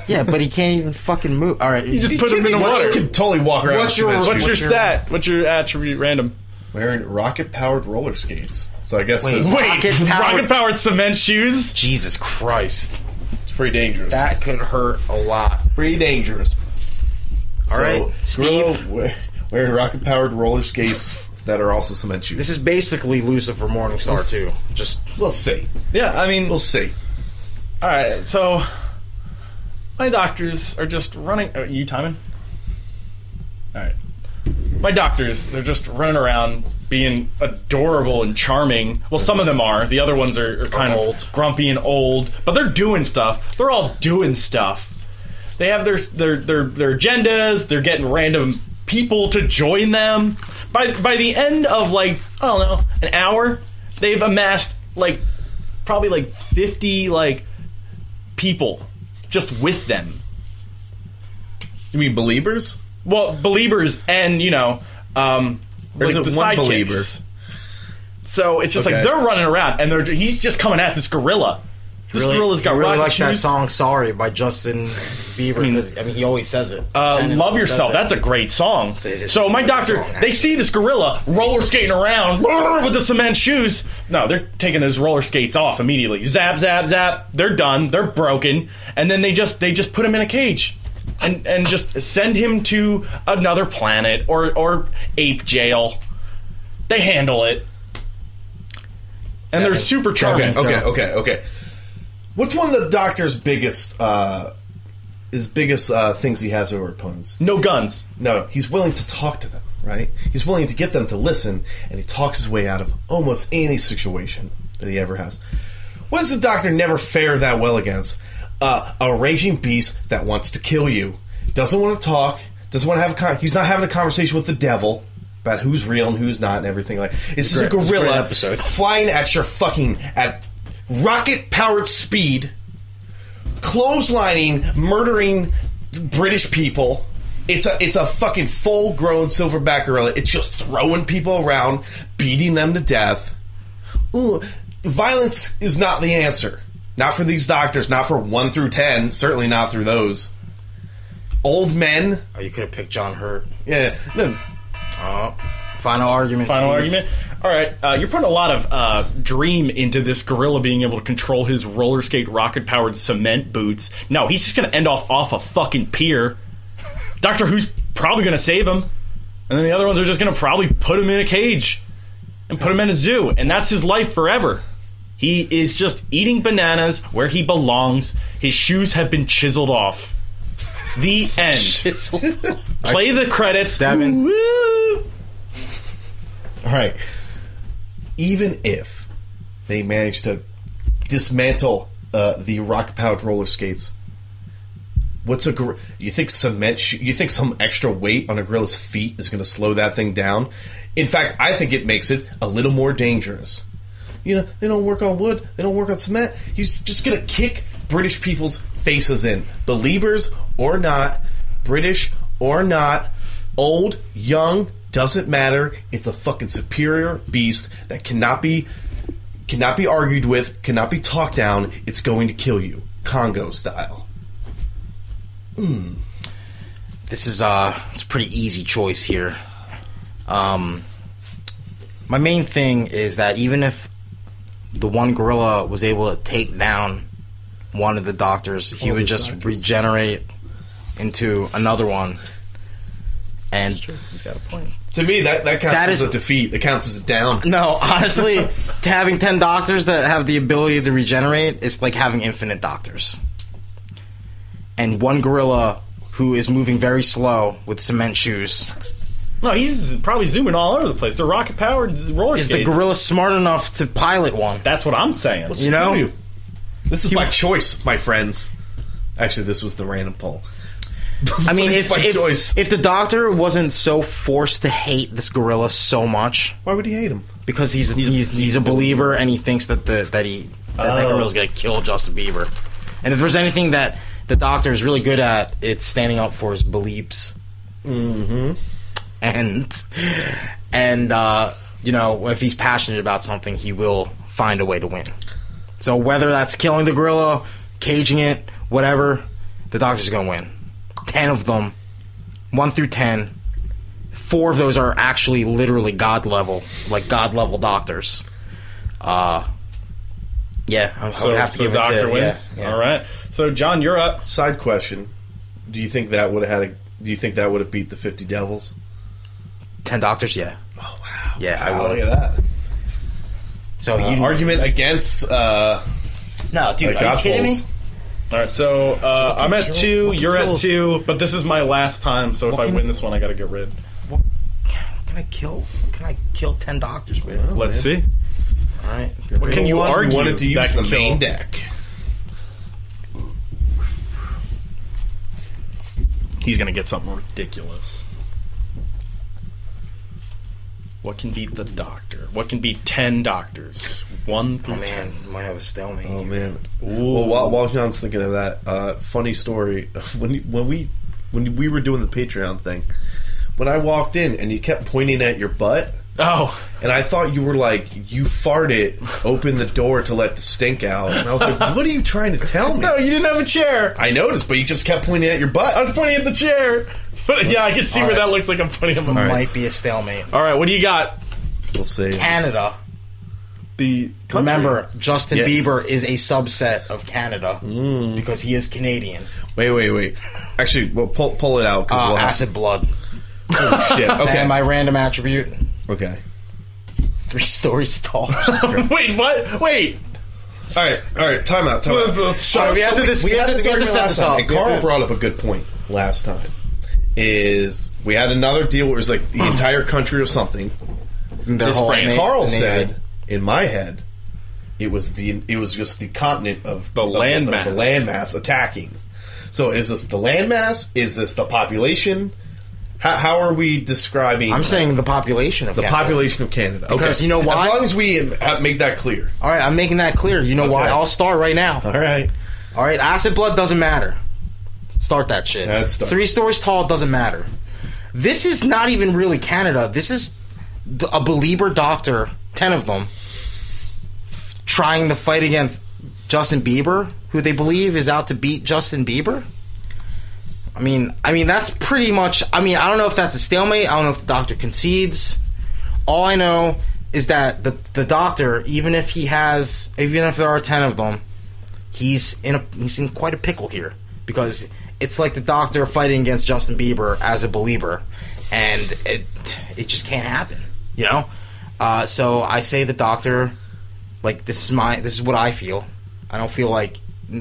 Speaker 3: Yeah, but he can't even fucking move. All right,
Speaker 2: You just put him in the
Speaker 1: You
Speaker 2: water.
Speaker 1: can totally walk around.
Speaker 3: What's
Speaker 1: with
Speaker 3: your-
Speaker 1: that
Speaker 2: What's
Speaker 1: shit.
Speaker 2: your stat? What's your attribute? Random.
Speaker 1: Wearing rocket-powered roller skates. So I guess
Speaker 3: Wait.
Speaker 1: that's
Speaker 3: Rocket powered-
Speaker 2: rocket powered cement shoes.
Speaker 3: Jesus Christ,
Speaker 1: it's pretty dangerous.
Speaker 3: that could hurt a lot.
Speaker 1: pretty dangerous.
Speaker 3: All right, Steve.
Speaker 1: Steve. Wearing rocket-powered roller skates that are also cement shoes.
Speaker 3: This is basically Lucifer Morningstar too. Just
Speaker 1: we'll see.
Speaker 2: Yeah, I mean,
Speaker 1: We'll see.
Speaker 2: all right. So my doctors are just running. Are you timing? All right. My doctors, they're just running around being adorable and charming. Well, some of them are. The other ones are, are kind
Speaker 3: Old.
Speaker 2: of grumpy and old, but they're doing stuff. They're all doing stuff. They have their their their, their agendas. They're getting random people to join them. By by the end of like I don't know an hour, they've amassed like probably like fifty like people just with them.
Speaker 1: You mean believers?
Speaker 2: Well, believers and you know, um,
Speaker 1: There's
Speaker 2: like
Speaker 1: a
Speaker 2: the
Speaker 1: one
Speaker 2: sidekicks.
Speaker 1: believer.
Speaker 2: So it's just
Speaker 1: Okay.
Speaker 2: like they're running around and they're he's just coming at this gorilla. This
Speaker 3: really,
Speaker 2: gorilla's got
Speaker 3: I really
Speaker 2: rocket
Speaker 3: like that
Speaker 2: shoes.
Speaker 3: song "Sorry" by Justin Bieber. 'cause, I, mean, he always says it.
Speaker 2: Uh,
Speaker 3: Tenet
Speaker 2: love
Speaker 3: always
Speaker 2: yourself.
Speaker 3: says
Speaker 2: That's a great song.
Speaker 3: It is
Speaker 2: So
Speaker 3: a
Speaker 2: my
Speaker 3: great
Speaker 2: doctor,
Speaker 3: song,
Speaker 2: they see this gorilla roller skating around brr, with the cement shoes. No, they're taking those roller skates off immediately. Zap, zap, zap. They're done. They're broken. And then they just they just put him in a cage, and and just send him to another planet or or ape jail. They handle it, and they're super
Speaker 3: Oh,
Speaker 2: charming.
Speaker 1: Okay, okay, okay, okay. What's one of the doctor's biggest uh his biggest uh things he has over opponents?
Speaker 2: No guns.
Speaker 1: No, no, he's willing to talk to them, right? He's willing to get them to listen, and he talks his way out of almost any situation that he ever has. What does the doctor never fare that well against? Uh, a raging beast that wants to kill you, doesn't want to talk, doesn't want to have a con- he's not having a conversation with the devil about who's real and who's not and everything like. It's just a
Speaker 3: Great- it's a great
Speaker 1: gorilla
Speaker 3: episode.
Speaker 1: flying at your fucking at rocket powered speed clotheslining, murdering British people. It's a it's a fucking full grown silverback gorilla. It's just throwing people around, beating them to death. Ooh, violence is not the answer. Not for these doctors. Not for one through ten. Certainly not through those old men.
Speaker 3: it. Oh, you could have picked John Hurt.
Speaker 1: Yeah, no,
Speaker 3: Oh, final argument.
Speaker 2: Final
Speaker 3: Steve.
Speaker 2: argument. All right, uh, you're putting a lot of uh, dream into this gorilla being able to control his roller skate rocket powered cement boots. No, he's just going to end off off a fucking pier. Doctor Who's probably going to save him, and then the other ones are just going to probably put him in a cage and put him in a zoo, and that's his life forever. He is just eating bananas where he belongs. His shoes have been chiseled off. The end. Play the credits.
Speaker 3: Devin.
Speaker 2: Woo!
Speaker 1: All right. Even if they manage to dismantle uh, the rock powered roller skates, what's a gor- you think cement? Sh- you think some extra weight on a gorilla's feet is going to slow that thing down? In fact, I think it makes it a little more dangerous. You know, they don't work on wood. They don't work on cement. He's just going to kick British people's faces in, believers or not, British or not, old, young, doesn't matter. It's a fucking superior beast that cannot be cannot be argued with, cannot be talked down. It's going to kill you, Congo style.
Speaker 3: This is uh, it's a pretty easy choice here. Um, my main thing is that even if the one gorilla was able to take down one of the doctors, he would just regenerate into another one. And
Speaker 1: To me, that that counts
Speaker 3: That
Speaker 1: as
Speaker 3: is-
Speaker 1: a defeat. That counts as a down.
Speaker 3: no, honestly, to having ten doctors that have the ability to regenerate is like having infinite doctors. And one gorilla who is moving very slow with cement shoes.
Speaker 2: No, he's probably zooming all over the place. They're rocket powered roller
Speaker 3: Is
Speaker 2: skates.
Speaker 3: the gorilla smart enough to pilot one?
Speaker 2: That's what I'm saying.
Speaker 3: You know?
Speaker 1: Screw you. This is my choice, my friends. Actually, this was the random poll.
Speaker 3: I mean,
Speaker 1: But
Speaker 3: if,
Speaker 1: it's my
Speaker 3: if,
Speaker 1: choice.
Speaker 3: if the doctor wasn't so forced to hate this gorilla so much
Speaker 1: Why would he hate him?
Speaker 3: because he's he's, he's, a believer and he thinks that the that he that, that
Speaker 1: Oh.
Speaker 3: gorilla's gonna kill Justin Bieber, and if there's anything that the doctor is really good at, it's standing up for his beliefs. Mm-hmm. And and uh, you know if he's passionate about something, he will find a way to win. So whether that's killing the gorilla, caging it, whatever, the Dodgers are going to win. Ten of them, one through ten. Four of those are actually literally god level, like god level doctors. Uh, yeah, I would
Speaker 2: So,
Speaker 3: have to
Speaker 2: so
Speaker 3: give it
Speaker 2: Doctor
Speaker 3: to
Speaker 2: wins.
Speaker 3: yeah, yeah.
Speaker 2: All right. So John, you're up.
Speaker 1: Side question: Do you think that would have had a? Do you think that would have beat the Fifty Devils?
Speaker 3: Ten doctors, yeah.
Speaker 1: Oh wow!
Speaker 3: Yeah, I
Speaker 1: Wow,
Speaker 3: would.
Speaker 1: Look at that.
Speaker 3: So
Speaker 1: Uh,
Speaker 3: you
Speaker 1: argument against uh,
Speaker 3: No, dude, are you
Speaker 1: God
Speaker 3: kidding me?
Speaker 1: polls.
Speaker 2: All right. So, uh, I'm at
Speaker 3: kill-
Speaker 2: two.
Speaker 3: what can
Speaker 2: You're
Speaker 3: kill-
Speaker 2: at two. But this is my last time. So if I
Speaker 3: can-
Speaker 2: win this one, I got to get rid.
Speaker 3: Can I kill? Can I kill ten doctors with?
Speaker 2: Let's see.
Speaker 3: All right.
Speaker 2: What can you
Speaker 1: One, we
Speaker 2: argue?
Speaker 1: wanted to use
Speaker 2: that
Speaker 1: the
Speaker 2: can kill?
Speaker 1: main deck.
Speaker 2: He's gonna get something ridiculous. What can beat the doctor? What can beat ten doctors? One through
Speaker 3: Oh
Speaker 2: ten.
Speaker 3: man, might have a stalemate.
Speaker 1: Oh
Speaker 3: here.
Speaker 1: man!
Speaker 2: Ooh.
Speaker 1: Well, while, while John's thinking of that, uh, funny story when when we when we were doing the Patreon thing, when I walked in and you kept pointing at your butt,
Speaker 2: Oh,
Speaker 1: and I thought you were like you farted, open the door to let the stink out, and I was like, what are you trying to tell me?
Speaker 2: no, oh, you didn't have a chair.
Speaker 1: I noticed, but you just kept pointing at your butt.
Speaker 2: I was pointing at the chair. But yeah, I can see where
Speaker 3: right.
Speaker 2: that looks like I'm pointing at my.
Speaker 3: Might
Speaker 2: All right.
Speaker 3: be a stalemate.
Speaker 2: All right, what do you got?
Speaker 1: We'll see.
Speaker 3: Canada.
Speaker 2: The country.
Speaker 3: Remember, Justin
Speaker 1: Yeah.
Speaker 3: Bieber is a subset of Canada
Speaker 2: Mm.
Speaker 3: because he is Canadian.
Speaker 1: Wait, wait, wait. Actually, well, pull pull it out because
Speaker 3: Uh,
Speaker 1: we'll have
Speaker 3: acid blood.
Speaker 1: oh, shit. Okay,
Speaker 3: And my random attribute:
Speaker 1: okay.
Speaker 3: three stories tall.
Speaker 2: Wait, what? Wait.
Speaker 1: All right, all right. Time out. Time out.
Speaker 2: So
Speaker 3: we have to dis- we have to
Speaker 1: this
Speaker 3: we have to
Speaker 1: argument
Speaker 3: set
Speaker 1: last
Speaker 3: this
Speaker 1: time,
Speaker 3: up.
Speaker 1: And
Speaker 3: We have
Speaker 1: Carl
Speaker 3: to-
Speaker 1: brought up a good point last time. Is we had another deal where it was like
Speaker 3: Hmm.
Speaker 1: the entire country or something.
Speaker 3: Their
Speaker 2: His
Speaker 3: whole
Speaker 2: friend
Speaker 3: na-
Speaker 1: Carl
Speaker 3: na-
Speaker 1: said in my head, it was the it was just the continent of
Speaker 2: The
Speaker 1: of- of
Speaker 2: landmass.
Speaker 1: the landmass attacking. So is this the landmass? Is this the population? How, how are we describing?
Speaker 3: I'm saying the population of
Speaker 1: the
Speaker 3: Canada.
Speaker 1: population of Canada.
Speaker 3: Because
Speaker 1: okay.
Speaker 3: you know why?
Speaker 1: As long as we have, make that clear.
Speaker 3: All right, I'm making that clear. You know why?
Speaker 1: Okay.
Speaker 3: I'll start right now.
Speaker 1: All right.
Speaker 3: All right, acid blood doesn't matter. Start that shit.
Speaker 1: Yeah, let's start.
Speaker 3: Three stories tall doesn't matter. This is not even really Canada. This is th- a belieber doctor, ten of them, trying to fight against Justin Bieber, who they believe is out to beat Justin Bieber. I mean, I mean that's pretty much. I mean, I don't know if that's a stalemate. I don't know if the doctor concedes. All I know is that the the doctor, even if he has, even if there are ten of them, he's in a he's in quite a pickle here because it's like the doctor fighting against Justin Bieber as a believer, and it it just can't happen, you know. Uh, so I say the doctor, like this is my this is what I feel. I don't feel like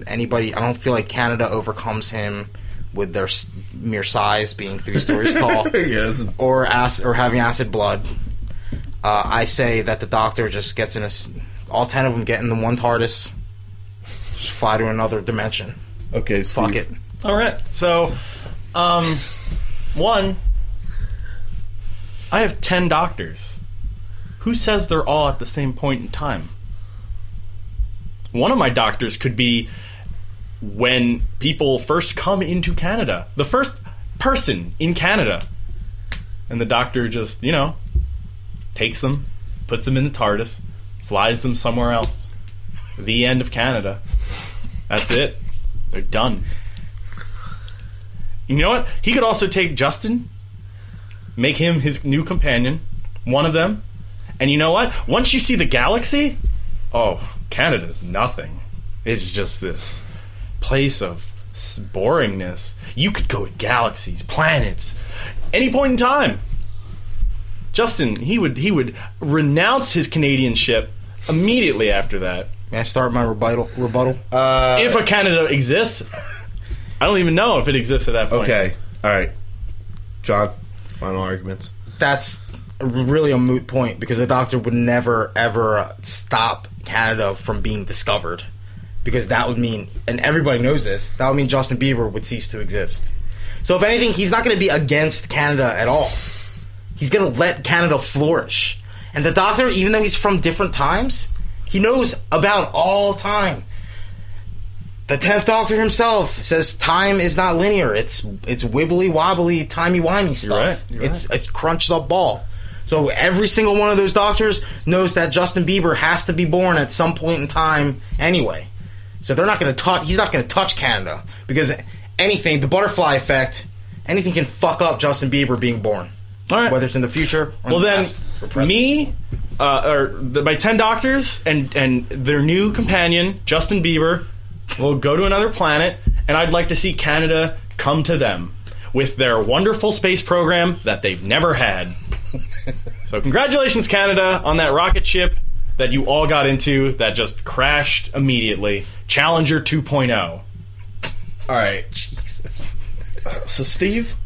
Speaker 3: anybody. I don't feel like Canada overcomes him with their s- mere size being three stories tall
Speaker 1: yes.
Speaker 3: or ac- or having acid blood. Uh, I say that the doctor just gets in a, s- all ten of them get in the one TARDIS, just fly to another dimension.
Speaker 1: Okay. Steve.
Speaker 3: Fuck it.
Speaker 2: All right. So, um, one, I have 10 doctors. Who says they're all at the same point in time? One of my doctors could be when people first come into Canada, the first person in Canada. And the doctor just, you know, takes them, puts them in the TARDIS, flies them somewhere else. The end of Canada. That's it. They're done. You know what? He could also take Justin, make him his new companion, one of them. And you know what? Once you see the galaxy, oh, Canada's nothing. It's just this place of s- boringness. You could go to galaxies, planets, any point in time. Justin, he would he would renounce his Canadian ship immediately after that.
Speaker 3: May I start my rebuttal? Rebuttal.
Speaker 1: Uh,
Speaker 2: If a Canada exists, I don't even know if it exists at that point.
Speaker 1: okay. All right. John. Final arguments.
Speaker 3: That's a- really a moot point because the doctor would never ever stop Canada from being discovered, because that would mean, and everybody knows this, that would mean Justin Bieber would cease to exist. So if anything, he's not going to be against Canada at all. He's going to let Canada flourish. And the doctor, even though he's from different times, he knows about all time. The tenth doctor himself says time is not linear. It's it's wibbly wobbly, timey wimey stuff.
Speaker 2: right, you're
Speaker 3: it's it's crunched up ball. So every single one of those doctors knows that Justin Bieber has to be born at some point in time anyway. So they're not going to touch. He's not going to touch Canada because anything, the butterfly effect, anything can fuck up Justin Bieber being born.
Speaker 2: All right.
Speaker 3: Whether it's in the future or in
Speaker 2: well
Speaker 3: the
Speaker 2: then,
Speaker 3: past or present.
Speaker 2: me, uh, or the, my ten doctors and and their new companion Justin Bieber will go to another planet, and I'd like to see Canada come to them with their wonderful space program that they've never had. so congratulations, Canada, on that rocket ship that you all got into that just crashed immediately. Challenger oh. 2.0.
Speaker 1: All right. Jesus. So, Steve,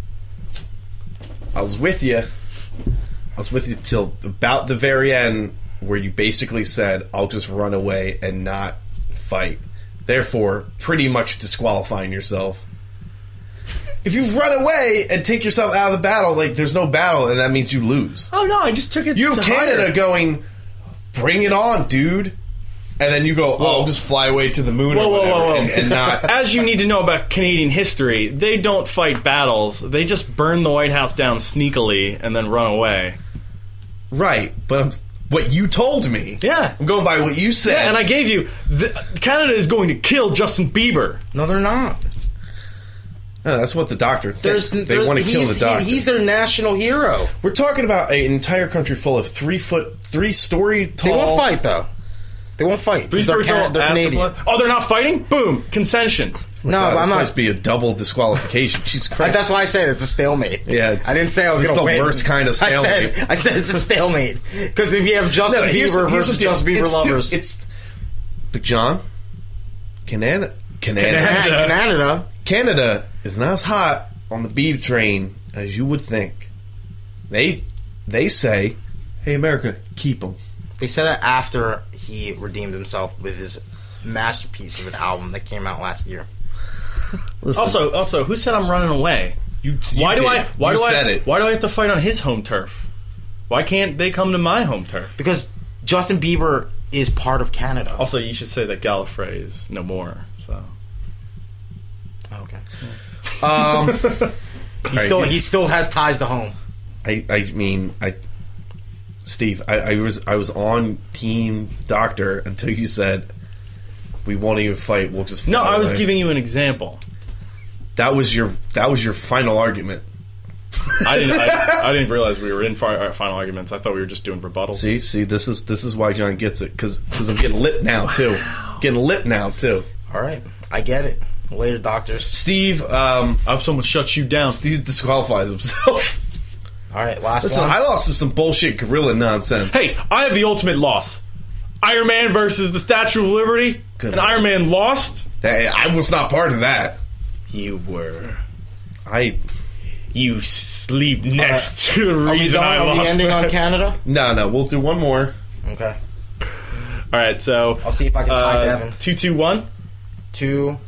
Speaker 1: I was with you. I was with you till about the very end, where you basically said, "I'll just run away and not fight." Therefore, pretty much disqualifying yourself. If you run away and take yourself out of the battle, like there's no battle, and that means you lose.
Speaker 2: Oh no, I just took it.
Speaker 1: You
Speaker 2: to
Speaker 1: have Canada
Speaker 2: higher.
Speaker 1: going, "Bring it on, dude," and then you go, "Oh, I'll just fly away to the moon
Speaker 2: Whoa,
Speaker 1: or
Speaker 2: whoa,
Speaker 1: whatever,"
Speaker 2: whoa, whoa.
Speaker 1: And, and not
Speaker 2: As you need to know about Canadian history, they don't fight battles. They just burn the White House down sneakily and then run away.
Speaker 1: Right, but I'm, what you told me.
Speaker 2: Yeah.
Speaker 1: I'm going by what you said.
Speaker 2: And I gave you the, Canada is going to kill Justin Bieber.
Speaker 3: no, they're not.
Speaker 1: No, Oh, that's what the doctor thinks.
Speaker 3: There's,
Speaker 1: They
Speaker 3: there-
Speaker 1: want to kill
Speaker 3: he's-
Speaker 1: the doctor.
Speaker 3: He, he's their national hero.
Speaker 1: We're talking about an entire country full of three foot, three story tall. Oh
Speaker 3: They won't fight though. They won't fight.
Speaker 2: These
Speaker 3: They're
Speaker 2: birds
Speaker 3: Can-
Speaker 2: are
Speaker 3: they're
Speaker 2: ass
Speaker 3: Canadian.
Speaker 2: of blood. Oh, they're not fighting? Boom, consension.
Speaker 3: No,
Speaker 1: God,
Speaker 3: but
Speaker 1: this
Speaker 3: I'm
Speaker 1: must
Speaker 3: not.
Speaker 1: be a double disqualification. Jesus Christ.
Speaker 3: That's why I said it's a stalemate.
Speaker 1: Yeah, it's-
Speaker 3: I didn't say I was
Speaker 1: it's
Speaker 3: gonna
Speaker 1: the
Speaker 3: win.
Speaker 1: worst kind of
Speaker 3: I
Speaker 1: stalemate.
Speaker 3: said, I said it's a stalemate because if you have Justin
Speaker 1: No, no, here's the-
Speaker 3: Bieber
Speaker 1: here's
Speaker 3: versus
Speaker 1: the deal.
Speaker 3: Justin Bieber
Speaker 1: it's too-
Speaker 3: lovers,
Speaker 1: it's. But John, Canada,
Speaker 3: Yeah,
Speaker 1: Canada,
Speaker 2: Canada.
Speaker 3: Canada.
Speaker 1: Canada is not as hot on the beef train as you would think. They, they say, "Hey America, keep them."
Speaker 3: They said that after he redeemed himself with his masterpiece of an album that came out last year.
Speaker 2: Also, also, who said I'm running away?
Speaker 1: You, you
Speaker 2: Why do
Speaker 1: did.
Speaker 2: I? Why
Speaker 1: you
Speaker 2: do
Speaker 1: said
Speaker 2: I?
Speaker 1: It.
Speaker 2: Why do I have to fight on his home turf? Why can't they come to my home turf?
Speaker 3: Because Justin Bieber is part of Canada.
Speaker 2: Also, you should say that Gallifrey is no more. So Oh,
Speaker 3: okay.
Speaker 1: Um,
Speaker 3: He still he still has ties to home.
Speaker 1: I, I mean, I, Steve, I, I was, I was on team doctor until you said we won't even fight. We'll just.
Speaker 2: no,
Speaker 1: fly
Speaker 2: I was
Speaker 1: away."
Speaker 2: giving you an example.
Speaker 1: That was your, that was your final argument.
Speaker 2: I didn't. I, I didn't realize we were in fi- uh, final arguments. I thought we were just doing rebuttals.
Speaker 1: See, see, this is, this is why John gets it because, because I'm getting lit now too. Getting lit now too.
Speaker 3: All right, I get it. Later, doctors.
Speaker 1: Steve, um,
Speaker 2: I hope someone shuts you down.
Speaker 1: Steve disqualifies himself.
Speaker 3: All right, last
Speaker 1: Listen,
Speaker 3: one.
Speaker 1: I lost to some bullshit gorilla nonsense.
Speaker 2: Hey, I have the ultimate loss. Iron Man versus the Statue of Liberty.
Speaker 1: Good
Speaker 2: and
Speaker 1: lord.
Speaker 2: Iron Man lost.
Speaker 1: Hey, I was not part of that.
Speaker 2: You were.
Speaker 1: I
Speaker 2: You sleep next to the
Speaker 3: Are we
Speaker 2: reason
Speaker 3: done
Speaker 2: I
Speaker 3: on the
Speaker 2: lost.
Speaker 3: ending on Canada?
Speaker 1: no, no. We'll do one more.
Speaker 3: Okay.
Speaker 2: All right, so uh,
Speaker 3: I'll see if I can tie Devin.
Speaker 2: Two two one.
Speaker 3: Two,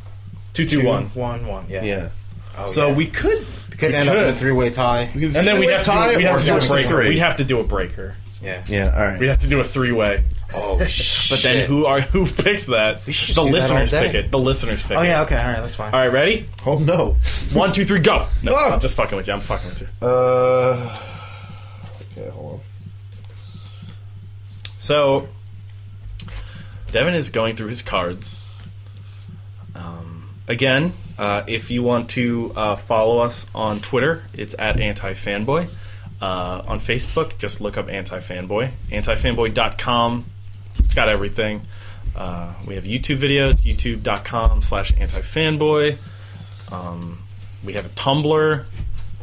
Speaker 2: Two two
Speaker 3: two,
Speaker 2: one.
Speaker 3: one, one. Yeah.
Speaker 1: Yeah.
Speaker 3: Oh,
Speaker 1: So
Speaker 3: yeah.
Speaker 1: we could
Speaker 3: could end up in a
Speaker 2: could.
Speaker 3: three-way tie.
Speaker 2: And then we'd have, to, do- we'd have to do a
Speaker 3: force the
Speaker 2: breaker.
Speaker 1: three.
Speaker 2: We'd have to do a breaker.
Speaker 3: Yeah.
Speaker 1: Yeah, all
Speaker 2: We'd
Speaker 1: right.
Speaker 2: have to do a three way.
Speaker 3: Oh shit.
Speaker 2: But then who are who picks that?
Speaker 3: should
Speaker 2: The
Speaker 3: do that
Speaker 2: listeners
Speaker 3: all day.
Speaker 2: pick it. The listeners pick
Speaker 3: Oh yeah.
Speaker 2: it.
Speaker 3: Okay. All right. That's fine.
Speaker 2: All right, ready?
Speaker 1: Oh no.
Speaker 2: One, two, three, go. No,
Speaker 1: Oh.
Speaker 2: I'm just fucking with you. I'm fucking with you.
Speaker 1: Uh. Okay, hold
Speaker 2: So, Devin is going through his cards. Um, again, uh, if you want to uh, follow us on Twitter, it's at AntiFanboy. Uh, on Facebook, just look up AntiFanboy. AntiFanboy.com. It's got everything. Uh, we have YouTube videos, youtube.com slash AntiFanboy. Um, we have a Tumblr.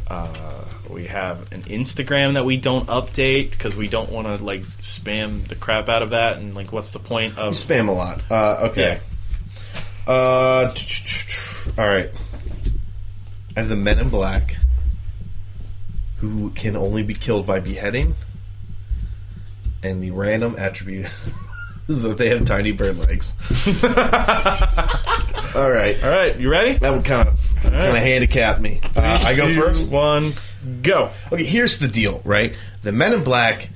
Speaker 2: Uh, we have an Instagram that we don't update because we don't want to like spam the crap out of that. And like, what's the point of?
Speaker 1: on. Spam a lot. Uh, okay. Uh. All right. I have the Men in Black, who can only be killed by beheading, and the random attribute is that they have tiny bird legs. all right.
Speaker 2: All right, you ready?
Speaker 1: That would kind of kind of
Speaker 2: right.
Speaker 1: handicap me. Uh, I go
Speaker 2: Two,
Speaker 1: first.
Speaker 2: One, go.
Speaker 1: Okay, here's the deal, right? The Men in Black,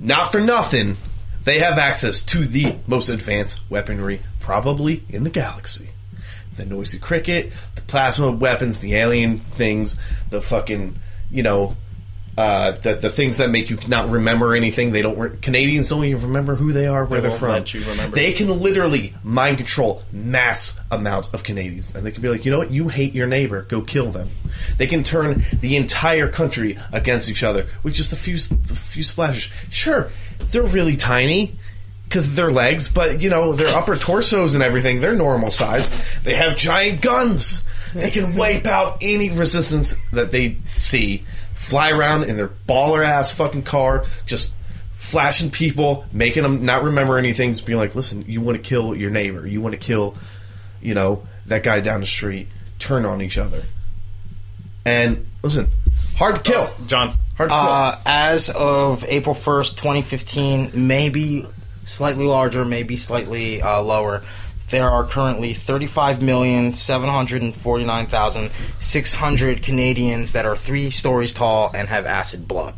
Speaker 1: not for nothing, they have access to the most advanced weaponry probably in the galaxy. The noisy cricket, the plasma weapons, the alien things, the fucking, you know, uh, that the things that make you not remember anything, they don't. Re- Canadians don't even remember who they are, where they are
Speaker 2: won't
Speaker 1: from.
Speaker 2: let you remember.
Speaker 1: They can literally mind control mass amounts of Canadians, and they can be like, you know what, you hate your neighbor, go kill them. They can turn the entire country against each other with just a few, a few splashes. Sure, they're really tiny because of their legs, but you know their upper torsos and everything, they're normal size. They have giant guns. They can wipe out any resistance that they see. Fly around in their baller ass fucking car, just flashing people, making them not remember anything. Just being like, listen, you want to kill your neighbor, you want to kill, you know, that guy down the street. Turn on each other, and listen, hard to kill.
Speaker 2: John.
Speaker 1: Oh, Hard to kill.
Speaker 3: Uh, as of April 1st, 2015, maybe slightly larger, maybe slightly uh, lower, there are currently 35,749,600 Canadians that are three stories tall and have acid blood.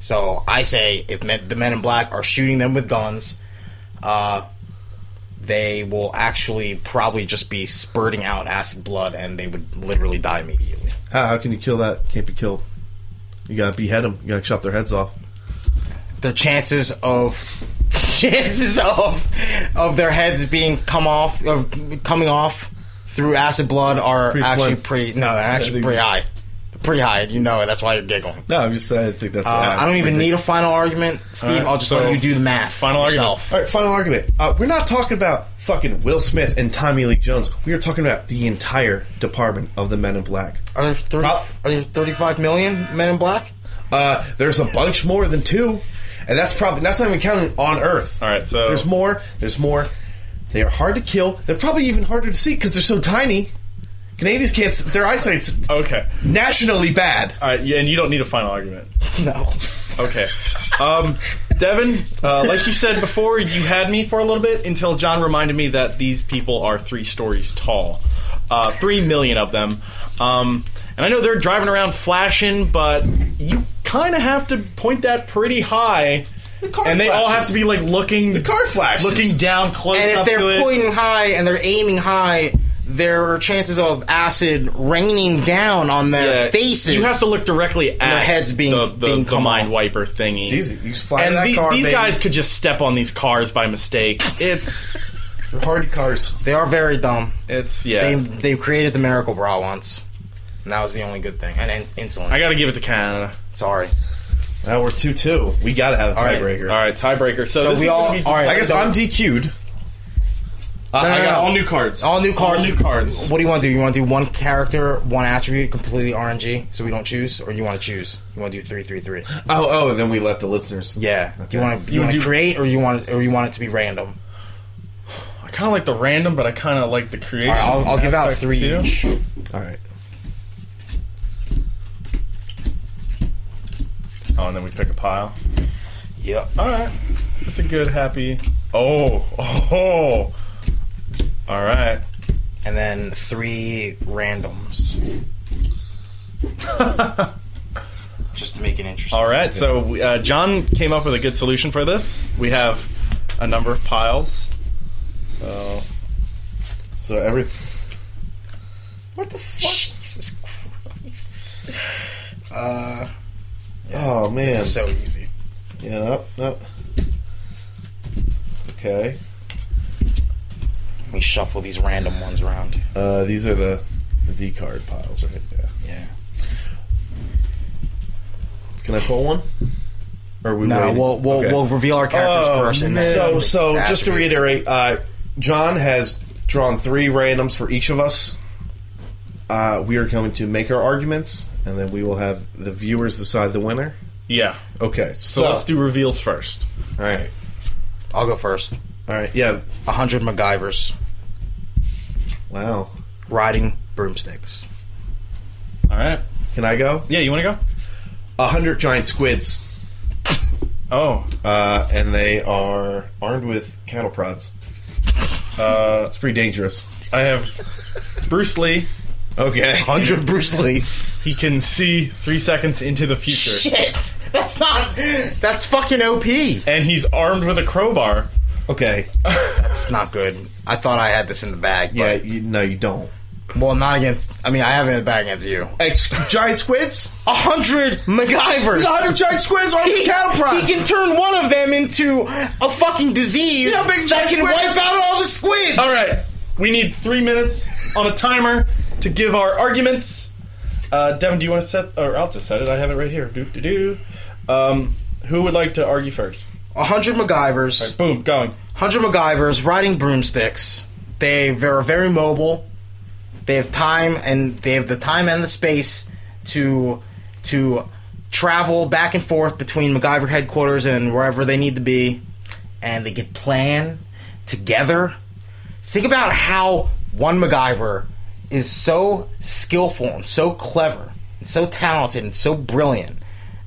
Speaker 3: So I say if men, the men in black are shooting them with guns, uh, they will actually probably just be spurting out acid blood and they would literally die immediately.
Speaker 1: how, how can you kill that? Can't be killed. You gotta behead them. You gotta chop their heads off.
Speaker 3: their chances of chances of of their heads being come off of coming off through acid blood are
Speaker 1: Pretty
Speaker 3: actually
Speaker 1: slim.
Speaker 3: pretty no they're actually
Speaker 1: think-
Speaker 3: pretty high pretty high you know it that's why you're giggling
Speaker 1: No, I'm just. I think that's.
Speaker 3: uh, I don't even need a final argument Steve
Speaker 2: Alright,
Speaker 3: I'll just
Speaker 2: so-
Speaker 3: let you do the math
Speaker 2: Final
Speaker 3: yourself.
Speaker 1: All right, final argument. Uh, we're not talking about fucking Will Smith and Tommy Lee Jones. We are talking about the entire department of the Men in Black.
Speaker 3: are there 30,
Speaker 1: Prob-
Speaker 3: are there 35 million men in black
Speaker 1: Uh, there's a bunch more than two, and that's probably that's not even counting on Earth.
Speaker 2: All right, so-
Speaker 1: there's more. There's more. They are hard to kill. They're probably even harder to see because they're so tiny. Canadians can't. s- Their eyesight's
Speaker 2: Okay.
Speaker 1: nationally bad.
Speaker 2: All right, yeah, and you don't need a final argument.
Speaker 3: no
Speaker 2: Okay. Um, Devin, uh, like you said before, you had me for a little bit until John reminded me that these people are three stories tall. Uh, three million of them. Um, and I know they're driving around flashing, but you kind of have to point that pretty high.
Speaker 1: The car
Speaker 2: and they all have
Speaker 1: flashes.
Speaker 2: to be like looking
Speaker 1: The car flashes.
Speaker 2: looking down close
Speaker 3: and if
Speaker 2: up to
Speaker 3: they're
Speaker 2: it.
Speaker 3: pointing high and they're aiming high their chances of acid raining down on their
Speaker 2: Yeah,
Speaker 3: faces
Speaker 2: You have to look directly at
Speaker 3: their heads being-
Speaker 2: the, the,
Speaker 3: being
Speaker 2: the
Speaker 3: come
Speaker 2: mind
Speaker 3: off.
Speaker 2: wiper thingy.
Speaker 1: It's easy. You just fly
Speaker 2: and
Speaker 1: that
Speaker 2: the-
Speaker 1: car,
Speaker 2: these
Speaker 1: baby.
Speaker 2: guys could just step on these cars by mistake. It's
Speaker 1: They're hard cars.
Speaker 3: they are very dumb
Speaker 2: it's yeah.
Speaker 3: They they created the Miracle Bra once. And that was the only good thing. And in- insulin.
Speaker 2: I gotta give it to Canada.
Speaker 3: Sorry.
Speaker 1: Now we're two two. We gotta have a
Speaker 3: right.
Speaker 1: tiebreaker.
Speaker 2: All right, tiebreaker. So, this
Speaker 3: we
Speaker 2: is
Speaker 3: all-
Speaker 2: gonna be
Speaker 3: all right.
Speaker 2: decided-
Speaker 1: I guess I'm DQ'd. I-
Speaker 3: no,
Speaker 1: I
Speaker 3: no.
Speaker 1: got
Speaker 2: all new cards.
Speaker 3: All new cards.
Speaker 2: All new cards.
Speaker 3: What do you want to do? You want to do one character, one attribute, completely RNG, so we don't choose, or you want to choose? You want to do three, three, three?
Speaker 1: Oh, oh, then we let the listeners.
Speaker 3: Yeah. Do you want to
Speaker 2: You
Speaker 3: you want
Speaker 2: do-
Speaker 3: to create, or you want or you want it to be random?
Speaker 2: I kind of like the random, but I kind of like the creation.
Speaker 3: All right, I'll, I'll give out
Speaker 2: aspect,
Speaker 3: three
Speaker 2: too.
Speaker 3: each.
Speaker 1: All right.
Speaker 2: Oh, and then we pick a pile.
Speaker 3: Yep.
Speaker 2: All right, that's a good happy. Oh, oh. All right.
Speaker 3: And then three randoms. Just to make it interesting.
Speaker 2: All right, so we- uh, John came up with a good solution for this. We have a number of piles. So,
Speaker 1: So every.
Speaker 3: What the fuck? Jesus Christ. Uh,
Speaker 1: Oh man.
Speaker 3: this is so easy.
Speaker 1: yeah. Up. Up. Okay.
Speaker 3: We shuffle these random ones around.
Speaker 1: Uh, these are the the D card piles right there.
Speaker 3: Yeah.
Speaker 1: Can I pull one? Or are we
Speaker 3: No,
Speaker 1: waiting?
Speaker 3: we'll we'll,
Speaker 1: Okay.
Speaker 3: we'll reveal our characters
Speaker 2: Oh,
Speaker 3: first, and then
Speaker 1: So so
Speaker 3: the
Speaker 1: just to
Speaker 3: attributes.
Speaker 1: reiterate, uh, John has drawn three randoms for each of us. Uh, we are going to make our arguments, and then we will have the viewers decide the winner.
Speaker 2: yeah.
Speaker 1: Okay,
Speaker 2: So, let's do reveals first.
Speaker 1: All right,
Speaker 3: I'll go first.
Speaker 1: all right, yeah.
Speaker 3: A hundred MacGyvers
Speaker 1: Wow,
Speaker 3: riding broomsticks.
Speaker 2: All right.
Speaker 1: can I go?
Speaker 2: Yeah, you want to
Speaker 1: A hundred giant squids,
Speaker 2: go? Oh,
Speaker 1: uh, and they are armed with cattle prods.
Speaker 2: uh,
Speaker 1: It's pretty dangerous.
Speaker 2: I have Bruce Lee.
Speaker 1: Okay,
Speaker 3: Hundred Bruce Lees.
Speaker 2: He can see three seconds into the future,
Speaker 3: Shit, that's not. That's fucking OP.
Speaker 2: and he's armed with a crowbar.
Speaker 1: okay.
Speaker 3: That's not good. I thought I had this in the bag.
Speaker 1: Yeah,
Speaker 3: But
Speaker 1: you, no, you don't.
Speaker 3: Well, not against. I mean, I haven't had it back against you.
Speaker 1: Ex- giant squids?
Speaker 3: A hundred MacGyvers.
Speaker 1: 100 giant squids on the cattle
Speaker 3: He
Speaker 1: prod.
Speaker 3: can turn one of them into a fucking disease
Speaker 1: Yeah, big
Speaker 3: that can
Speaker 1: squids.
Speaker 3: wipe out all the squids.
Speaker 2: All right, we need three minutes on a timer to give our arguments. Uh, Devin, do you want to set? Or I'll just set it. I have it right here. Do do do. Um, who would like to argue first?
Speaker 3: A hundred MacGyvers.
Speaker 2: Boom, going.
Speaker 3: Hundred MacGyvers riding broomsticks. They are very mobile. They have time and they have the time and the space to to travel back and forth between MacGyver headquarters and wherever they need to be, and they get plan together. Think about how one MacGyver is so skillful and so clever and so talented and so brilliant.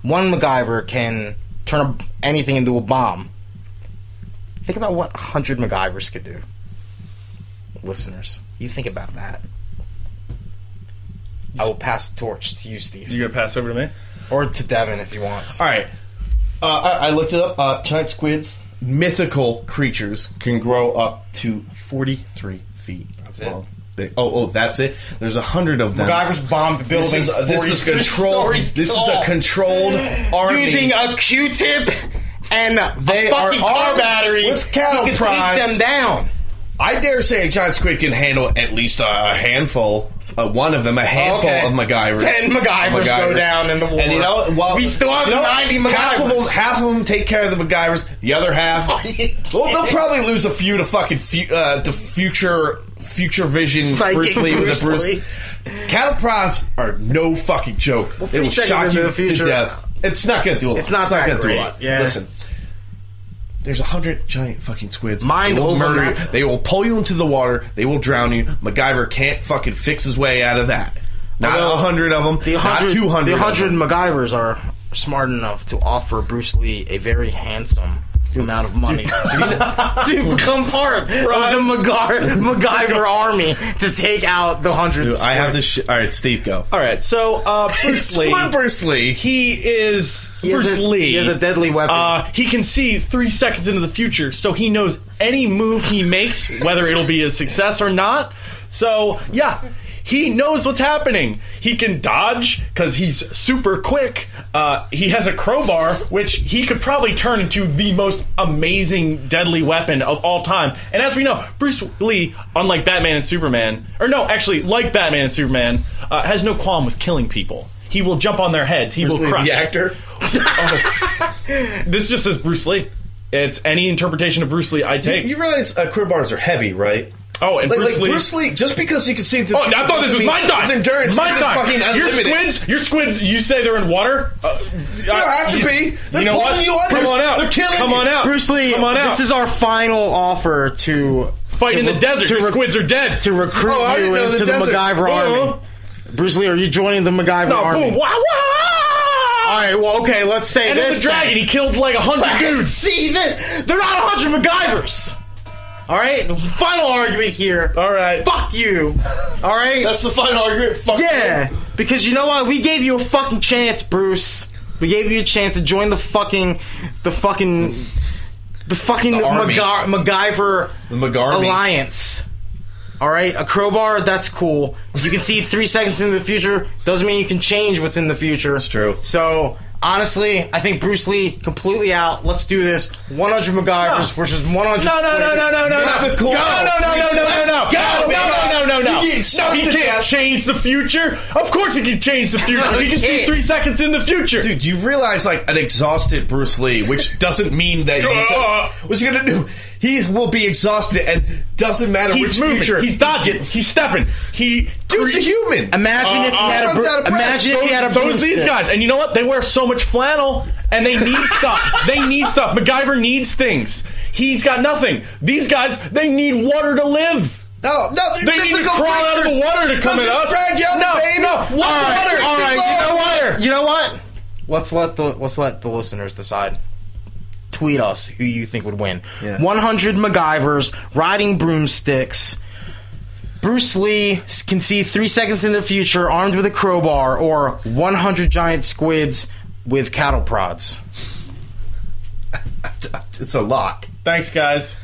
Speaker 3: One MacGyver can turn anything into a bomb. Think about what 100 MacGyvers could do. Listeners, you think about that. I will pass the torch to you, Steve.
Speaker 2: You gonna pass over to me?
Speaker 3: Or to Devin if he wants.
Speaker 1: All right. Uh, I, I looked it up. Uh, giant squids, mythical creatures, can grow up to 43 feet that's
Speaker 3: it.
Speaker 1: long. They- oh, oh, that's it. There's a hundred of them.
Speaker 3: MacGyvers bombed the building.
Speaker 1: this is this is controlled. This is a controlled army.
Speaker 3: Using a Q-tip and a
Speaker 1: They
Speaker 3: fucking
Speaker 1: are
Speaker 3: car
Speaker 1: armed
Speaker 3: battery.
Speaker 1: with cattle
Speaker 3: he could
Speaker 1: prods.
Speaker 3: take them down.
Speaker 1: I dare say a giant squid can handle at least a, a handful, uh, one of them, a handful
Speaker 3: Okay.
Speaker 1: of MacGyvers.
Speaker 3: Ten MacGyvers, go down in the war.
Speaker 1: And you know, well,
Speaker 3: we still have
Speaker 1: you know,
Speaker 3: ninety MacGyvers.
Speaker 1: Half of them, half of them take care of the MacGyvers. The other half, well, they'll probably lose a few to fucking fu- uh, to future future vision
Speaker 3: Psychic
Speaker 1: Bruce Lee with
Speaker 3: Bruce
Speaker 1: the Bruce.
Speaker 3: Lee.
Speaker 1: Cattle prods are no fucking joke.
Speaker 3: Well,
Speaker 1: it
Speaker 3: three
Speaker 1: will
Speaker 3: seconds
Speaker 1: shock
Speaker 3: into
Speaker 1: you
Speaker 3: the future.
Speaker 1: to death. It's not going to do a lot.
Speaker 3: It's not that
Speaker 1: going to do
Speaker 3: great.
Speaker 1: a lot.
Speaker 3: Yeah.
Speaker 1: Listen. There's a hundred giant fucking squids.
Speaker 3: Mind
Speaker 1: they will
Speaker 3: over
Speaker 1: murder you.
Speaker 3: matter.
Speaker 1: They will pull you into the water. They will drown you. MacGyver can't fucking fix his way out of that. Not
Speaker 3: Although,
Speaker 1: a hundred of them.
Speaker 3: The
Speaker 1: not
Speaker 3: 100,
Speaker 1: two hundred.
Speaker 3: The 100 MacGyvers are smart enough to offer Bruce Lee a very handsome amount of money to, to become part of the MacGyver, MacGyver army to take out the hundreds.
Speaker 1: I have this. Sh- All right, Steve, go.
Speaker 2: All right. So uh, Bruce Lee.
Speaker 1: Split Bruce Lee.
Speaker 2: He is
Speaker 3: He has
Speaker 2: Bruce
Speaker 3: a-
Speaker 2: Lee.
Speaker 3: He has a deadly weapon.
Speaker 2: Uh, he can see three seconds into the future, so he knows any move he makes, whether it'll be a success or not. So, yeah, he knows what's happening. He can dodge because he's super quick. Uh, he has a crowbar, which he could probably turn into the most amazing deadly weapon of all time. And as we know, Bruce Lee, unlike Batman and Superman, or no, actually, like Batman and Superman, uh, has no qualm with killing people. He will jump on their heads. He will
Speaker 1: Lee,
Speaker 2: crush.
Speaker 1: the actor.
Speaker 2: This just says Bruce Lee. It's any interpretation of Bruce Lee I take.
Speaker 1: You realize uh, crowbars are heavy, right?
Speaker 2: oh, and
Speaker 1: Like,
Speaker 2: Bruce,
Speaker 1: like
Speaker 2: Lee.
Speaker 1: Bruce Lee, just because you can see. The
Speaker 2: Oh, I thought this was my time.
Speaker 1: His endurance
Speaker 2: my
Speaker 1: isn't
Speaker 2: time.
Speaker 1: fucking
Speaker 2: your
Speaker 1: unlimited.
Speaker 2: squids, your squids. You say they're in water. Uh, they
Speaker 1: don't have to be. They're
Speaker 2: know
Speaker 1: pulling
Speaker 2: what?
Speaker 1: you under.
Speaker 2: Come on out.
Speaker 1: They're killing
Speaker 2: Come
Speaker 1: you.
Speaker 2: on out.
Speaker 3: Bruce Lee,
Speaker 2: Come on out.
Speaker 3: this is our final offer to
Speaker 2: fight
Speaker 3: to
Speaker 2: in the
Speaker 3: re-
Speaker 2: desert.
Speaker 3: To,
Speaker 2: Your
Speaker 3: re-
Speaker 2: squids are dead.
Speaker 3: to recruit
Speaker 1: Oh, I
Speaker 3: you
Speaker 1: didn't know the
Speaker 3: into the,
Speaker 1: desert.
Speaker 3: MacGyver
Speaker 2: Uh-huh.
Speaker 3: army. Bruce Lee, are you joining the MacGyver
Speaker 2: Oh,
Speaker 3: army?
Speaker 2: boom. Wow, wow.
Speaker 3: All right. Well, okay. Let's say
Speaker 2: And then the
Speaker 3: this. then.
Speaker 2: dragon. He killed like a hundred dudes.
Speaker 3: See that they're not 100 MacGyvers. All right. Final argument here.
Speaker 2: All right.
Speaker 3: Fuck you. All right.
Speaker 1: That's the final argument. Fuck
Speaker 3: yeah. Because you know what? We gave you a fucking chance, Bruce. We gave you a chance to join the fucking, the fucking, the fucking
Speaker 1: army.
Speaker 3: MacGy- MacGyver
Speaker 1: The MacGarmy.
Speaker 3: alliance. All right, a crowbar. That's cool. You can see three seconds into the future. Doesn't mean you can change what's in the future. It's
Speaker 1: true.
Speaker 3: So honestly, I think Bruce Lee completely out. Let's do this. 100 MacGyvers versus 100.
Speaker 2: No, no, no, no, no, no, no.
Speaker 1: Mythical.
Speaker 2: No, no, no, no, no, no, no.
Speaker 1: Go,
Speaker 2: No, no, no, no, no.
Speaker 1: You
Speaker 2: No,
Speaker 1: get sucked
Speaker 2: he
Speaker 1: to
Speaker 2: can't
Speaker 1: death.
Speaker 2: change the future. Of course he can change the future. He can see
Speaker 3: can't.
Speaker 2: three seconds in the future.
Speaker 1: Dude, you realize like an exhausted Bruce Lee, which doesn't mean that
Speaker 2: Uh.
Speaker 1: you, what's he gonna do? He will be exhausted, and doesn't matter
Speaker 2: He's
Speaker 1: which
Speaker 2: moving.
Speaker 1: future.
Speaker 2: He's dodging. He's stepping. He
Speaker 1: Dude's a human.
Speaker 3: Imagine if he
Speaker 2: Uh,
Speaker 3: had a
Speaker 1: runs
Speaker 3: Bru-
Speaker 1: out of breath.
Speaker 3: imagine
Speaker 2: So,
Speaker 3: if he had a
Speaker 2: so
Speaker 3: Bruce
Speaker 2: is these
Speaker 3: Lee.
Speaker 2: guys. And you know what? They wear so much flannel and they need stuff. They need stuff. MacGyver needs things. He's got nothing. These guys, they need water to live.
Speaker 1: No, no, they're
Speaker 2: They need to
Speaker 1: mythical
Speaker 2: crawl out of
Speaker 1: creatures.
Speaker 2: the water to come
Speaker 1: They'll
Speaker 2: at
Speaker 1: just
Speaker 2: us.
Speaker 1: drag you out
Speaker 2: No,
Speaker 1: the baby.
Speaker 2: no.
Speaker 1: All
Speaker 2: Water,
Speaker 1: right,
Speaker 2: water.
Speaker 1: all right,
Speaker 2: Water.
Speaker 1: you know what?
Speaker 3: You know what? Let's let the let's let the listeners decide. Tweet us who you think would win.
Speaker 1: Yeah.
Speaker 3: 100 MacGyvers riding broomsticks. Bruce Lee can see three seconds in the future, armed with a crowbar, or 100 giant squids with cattle prods.
Speaker 1: It's a lock.
Speaker 2: Thanks, guys.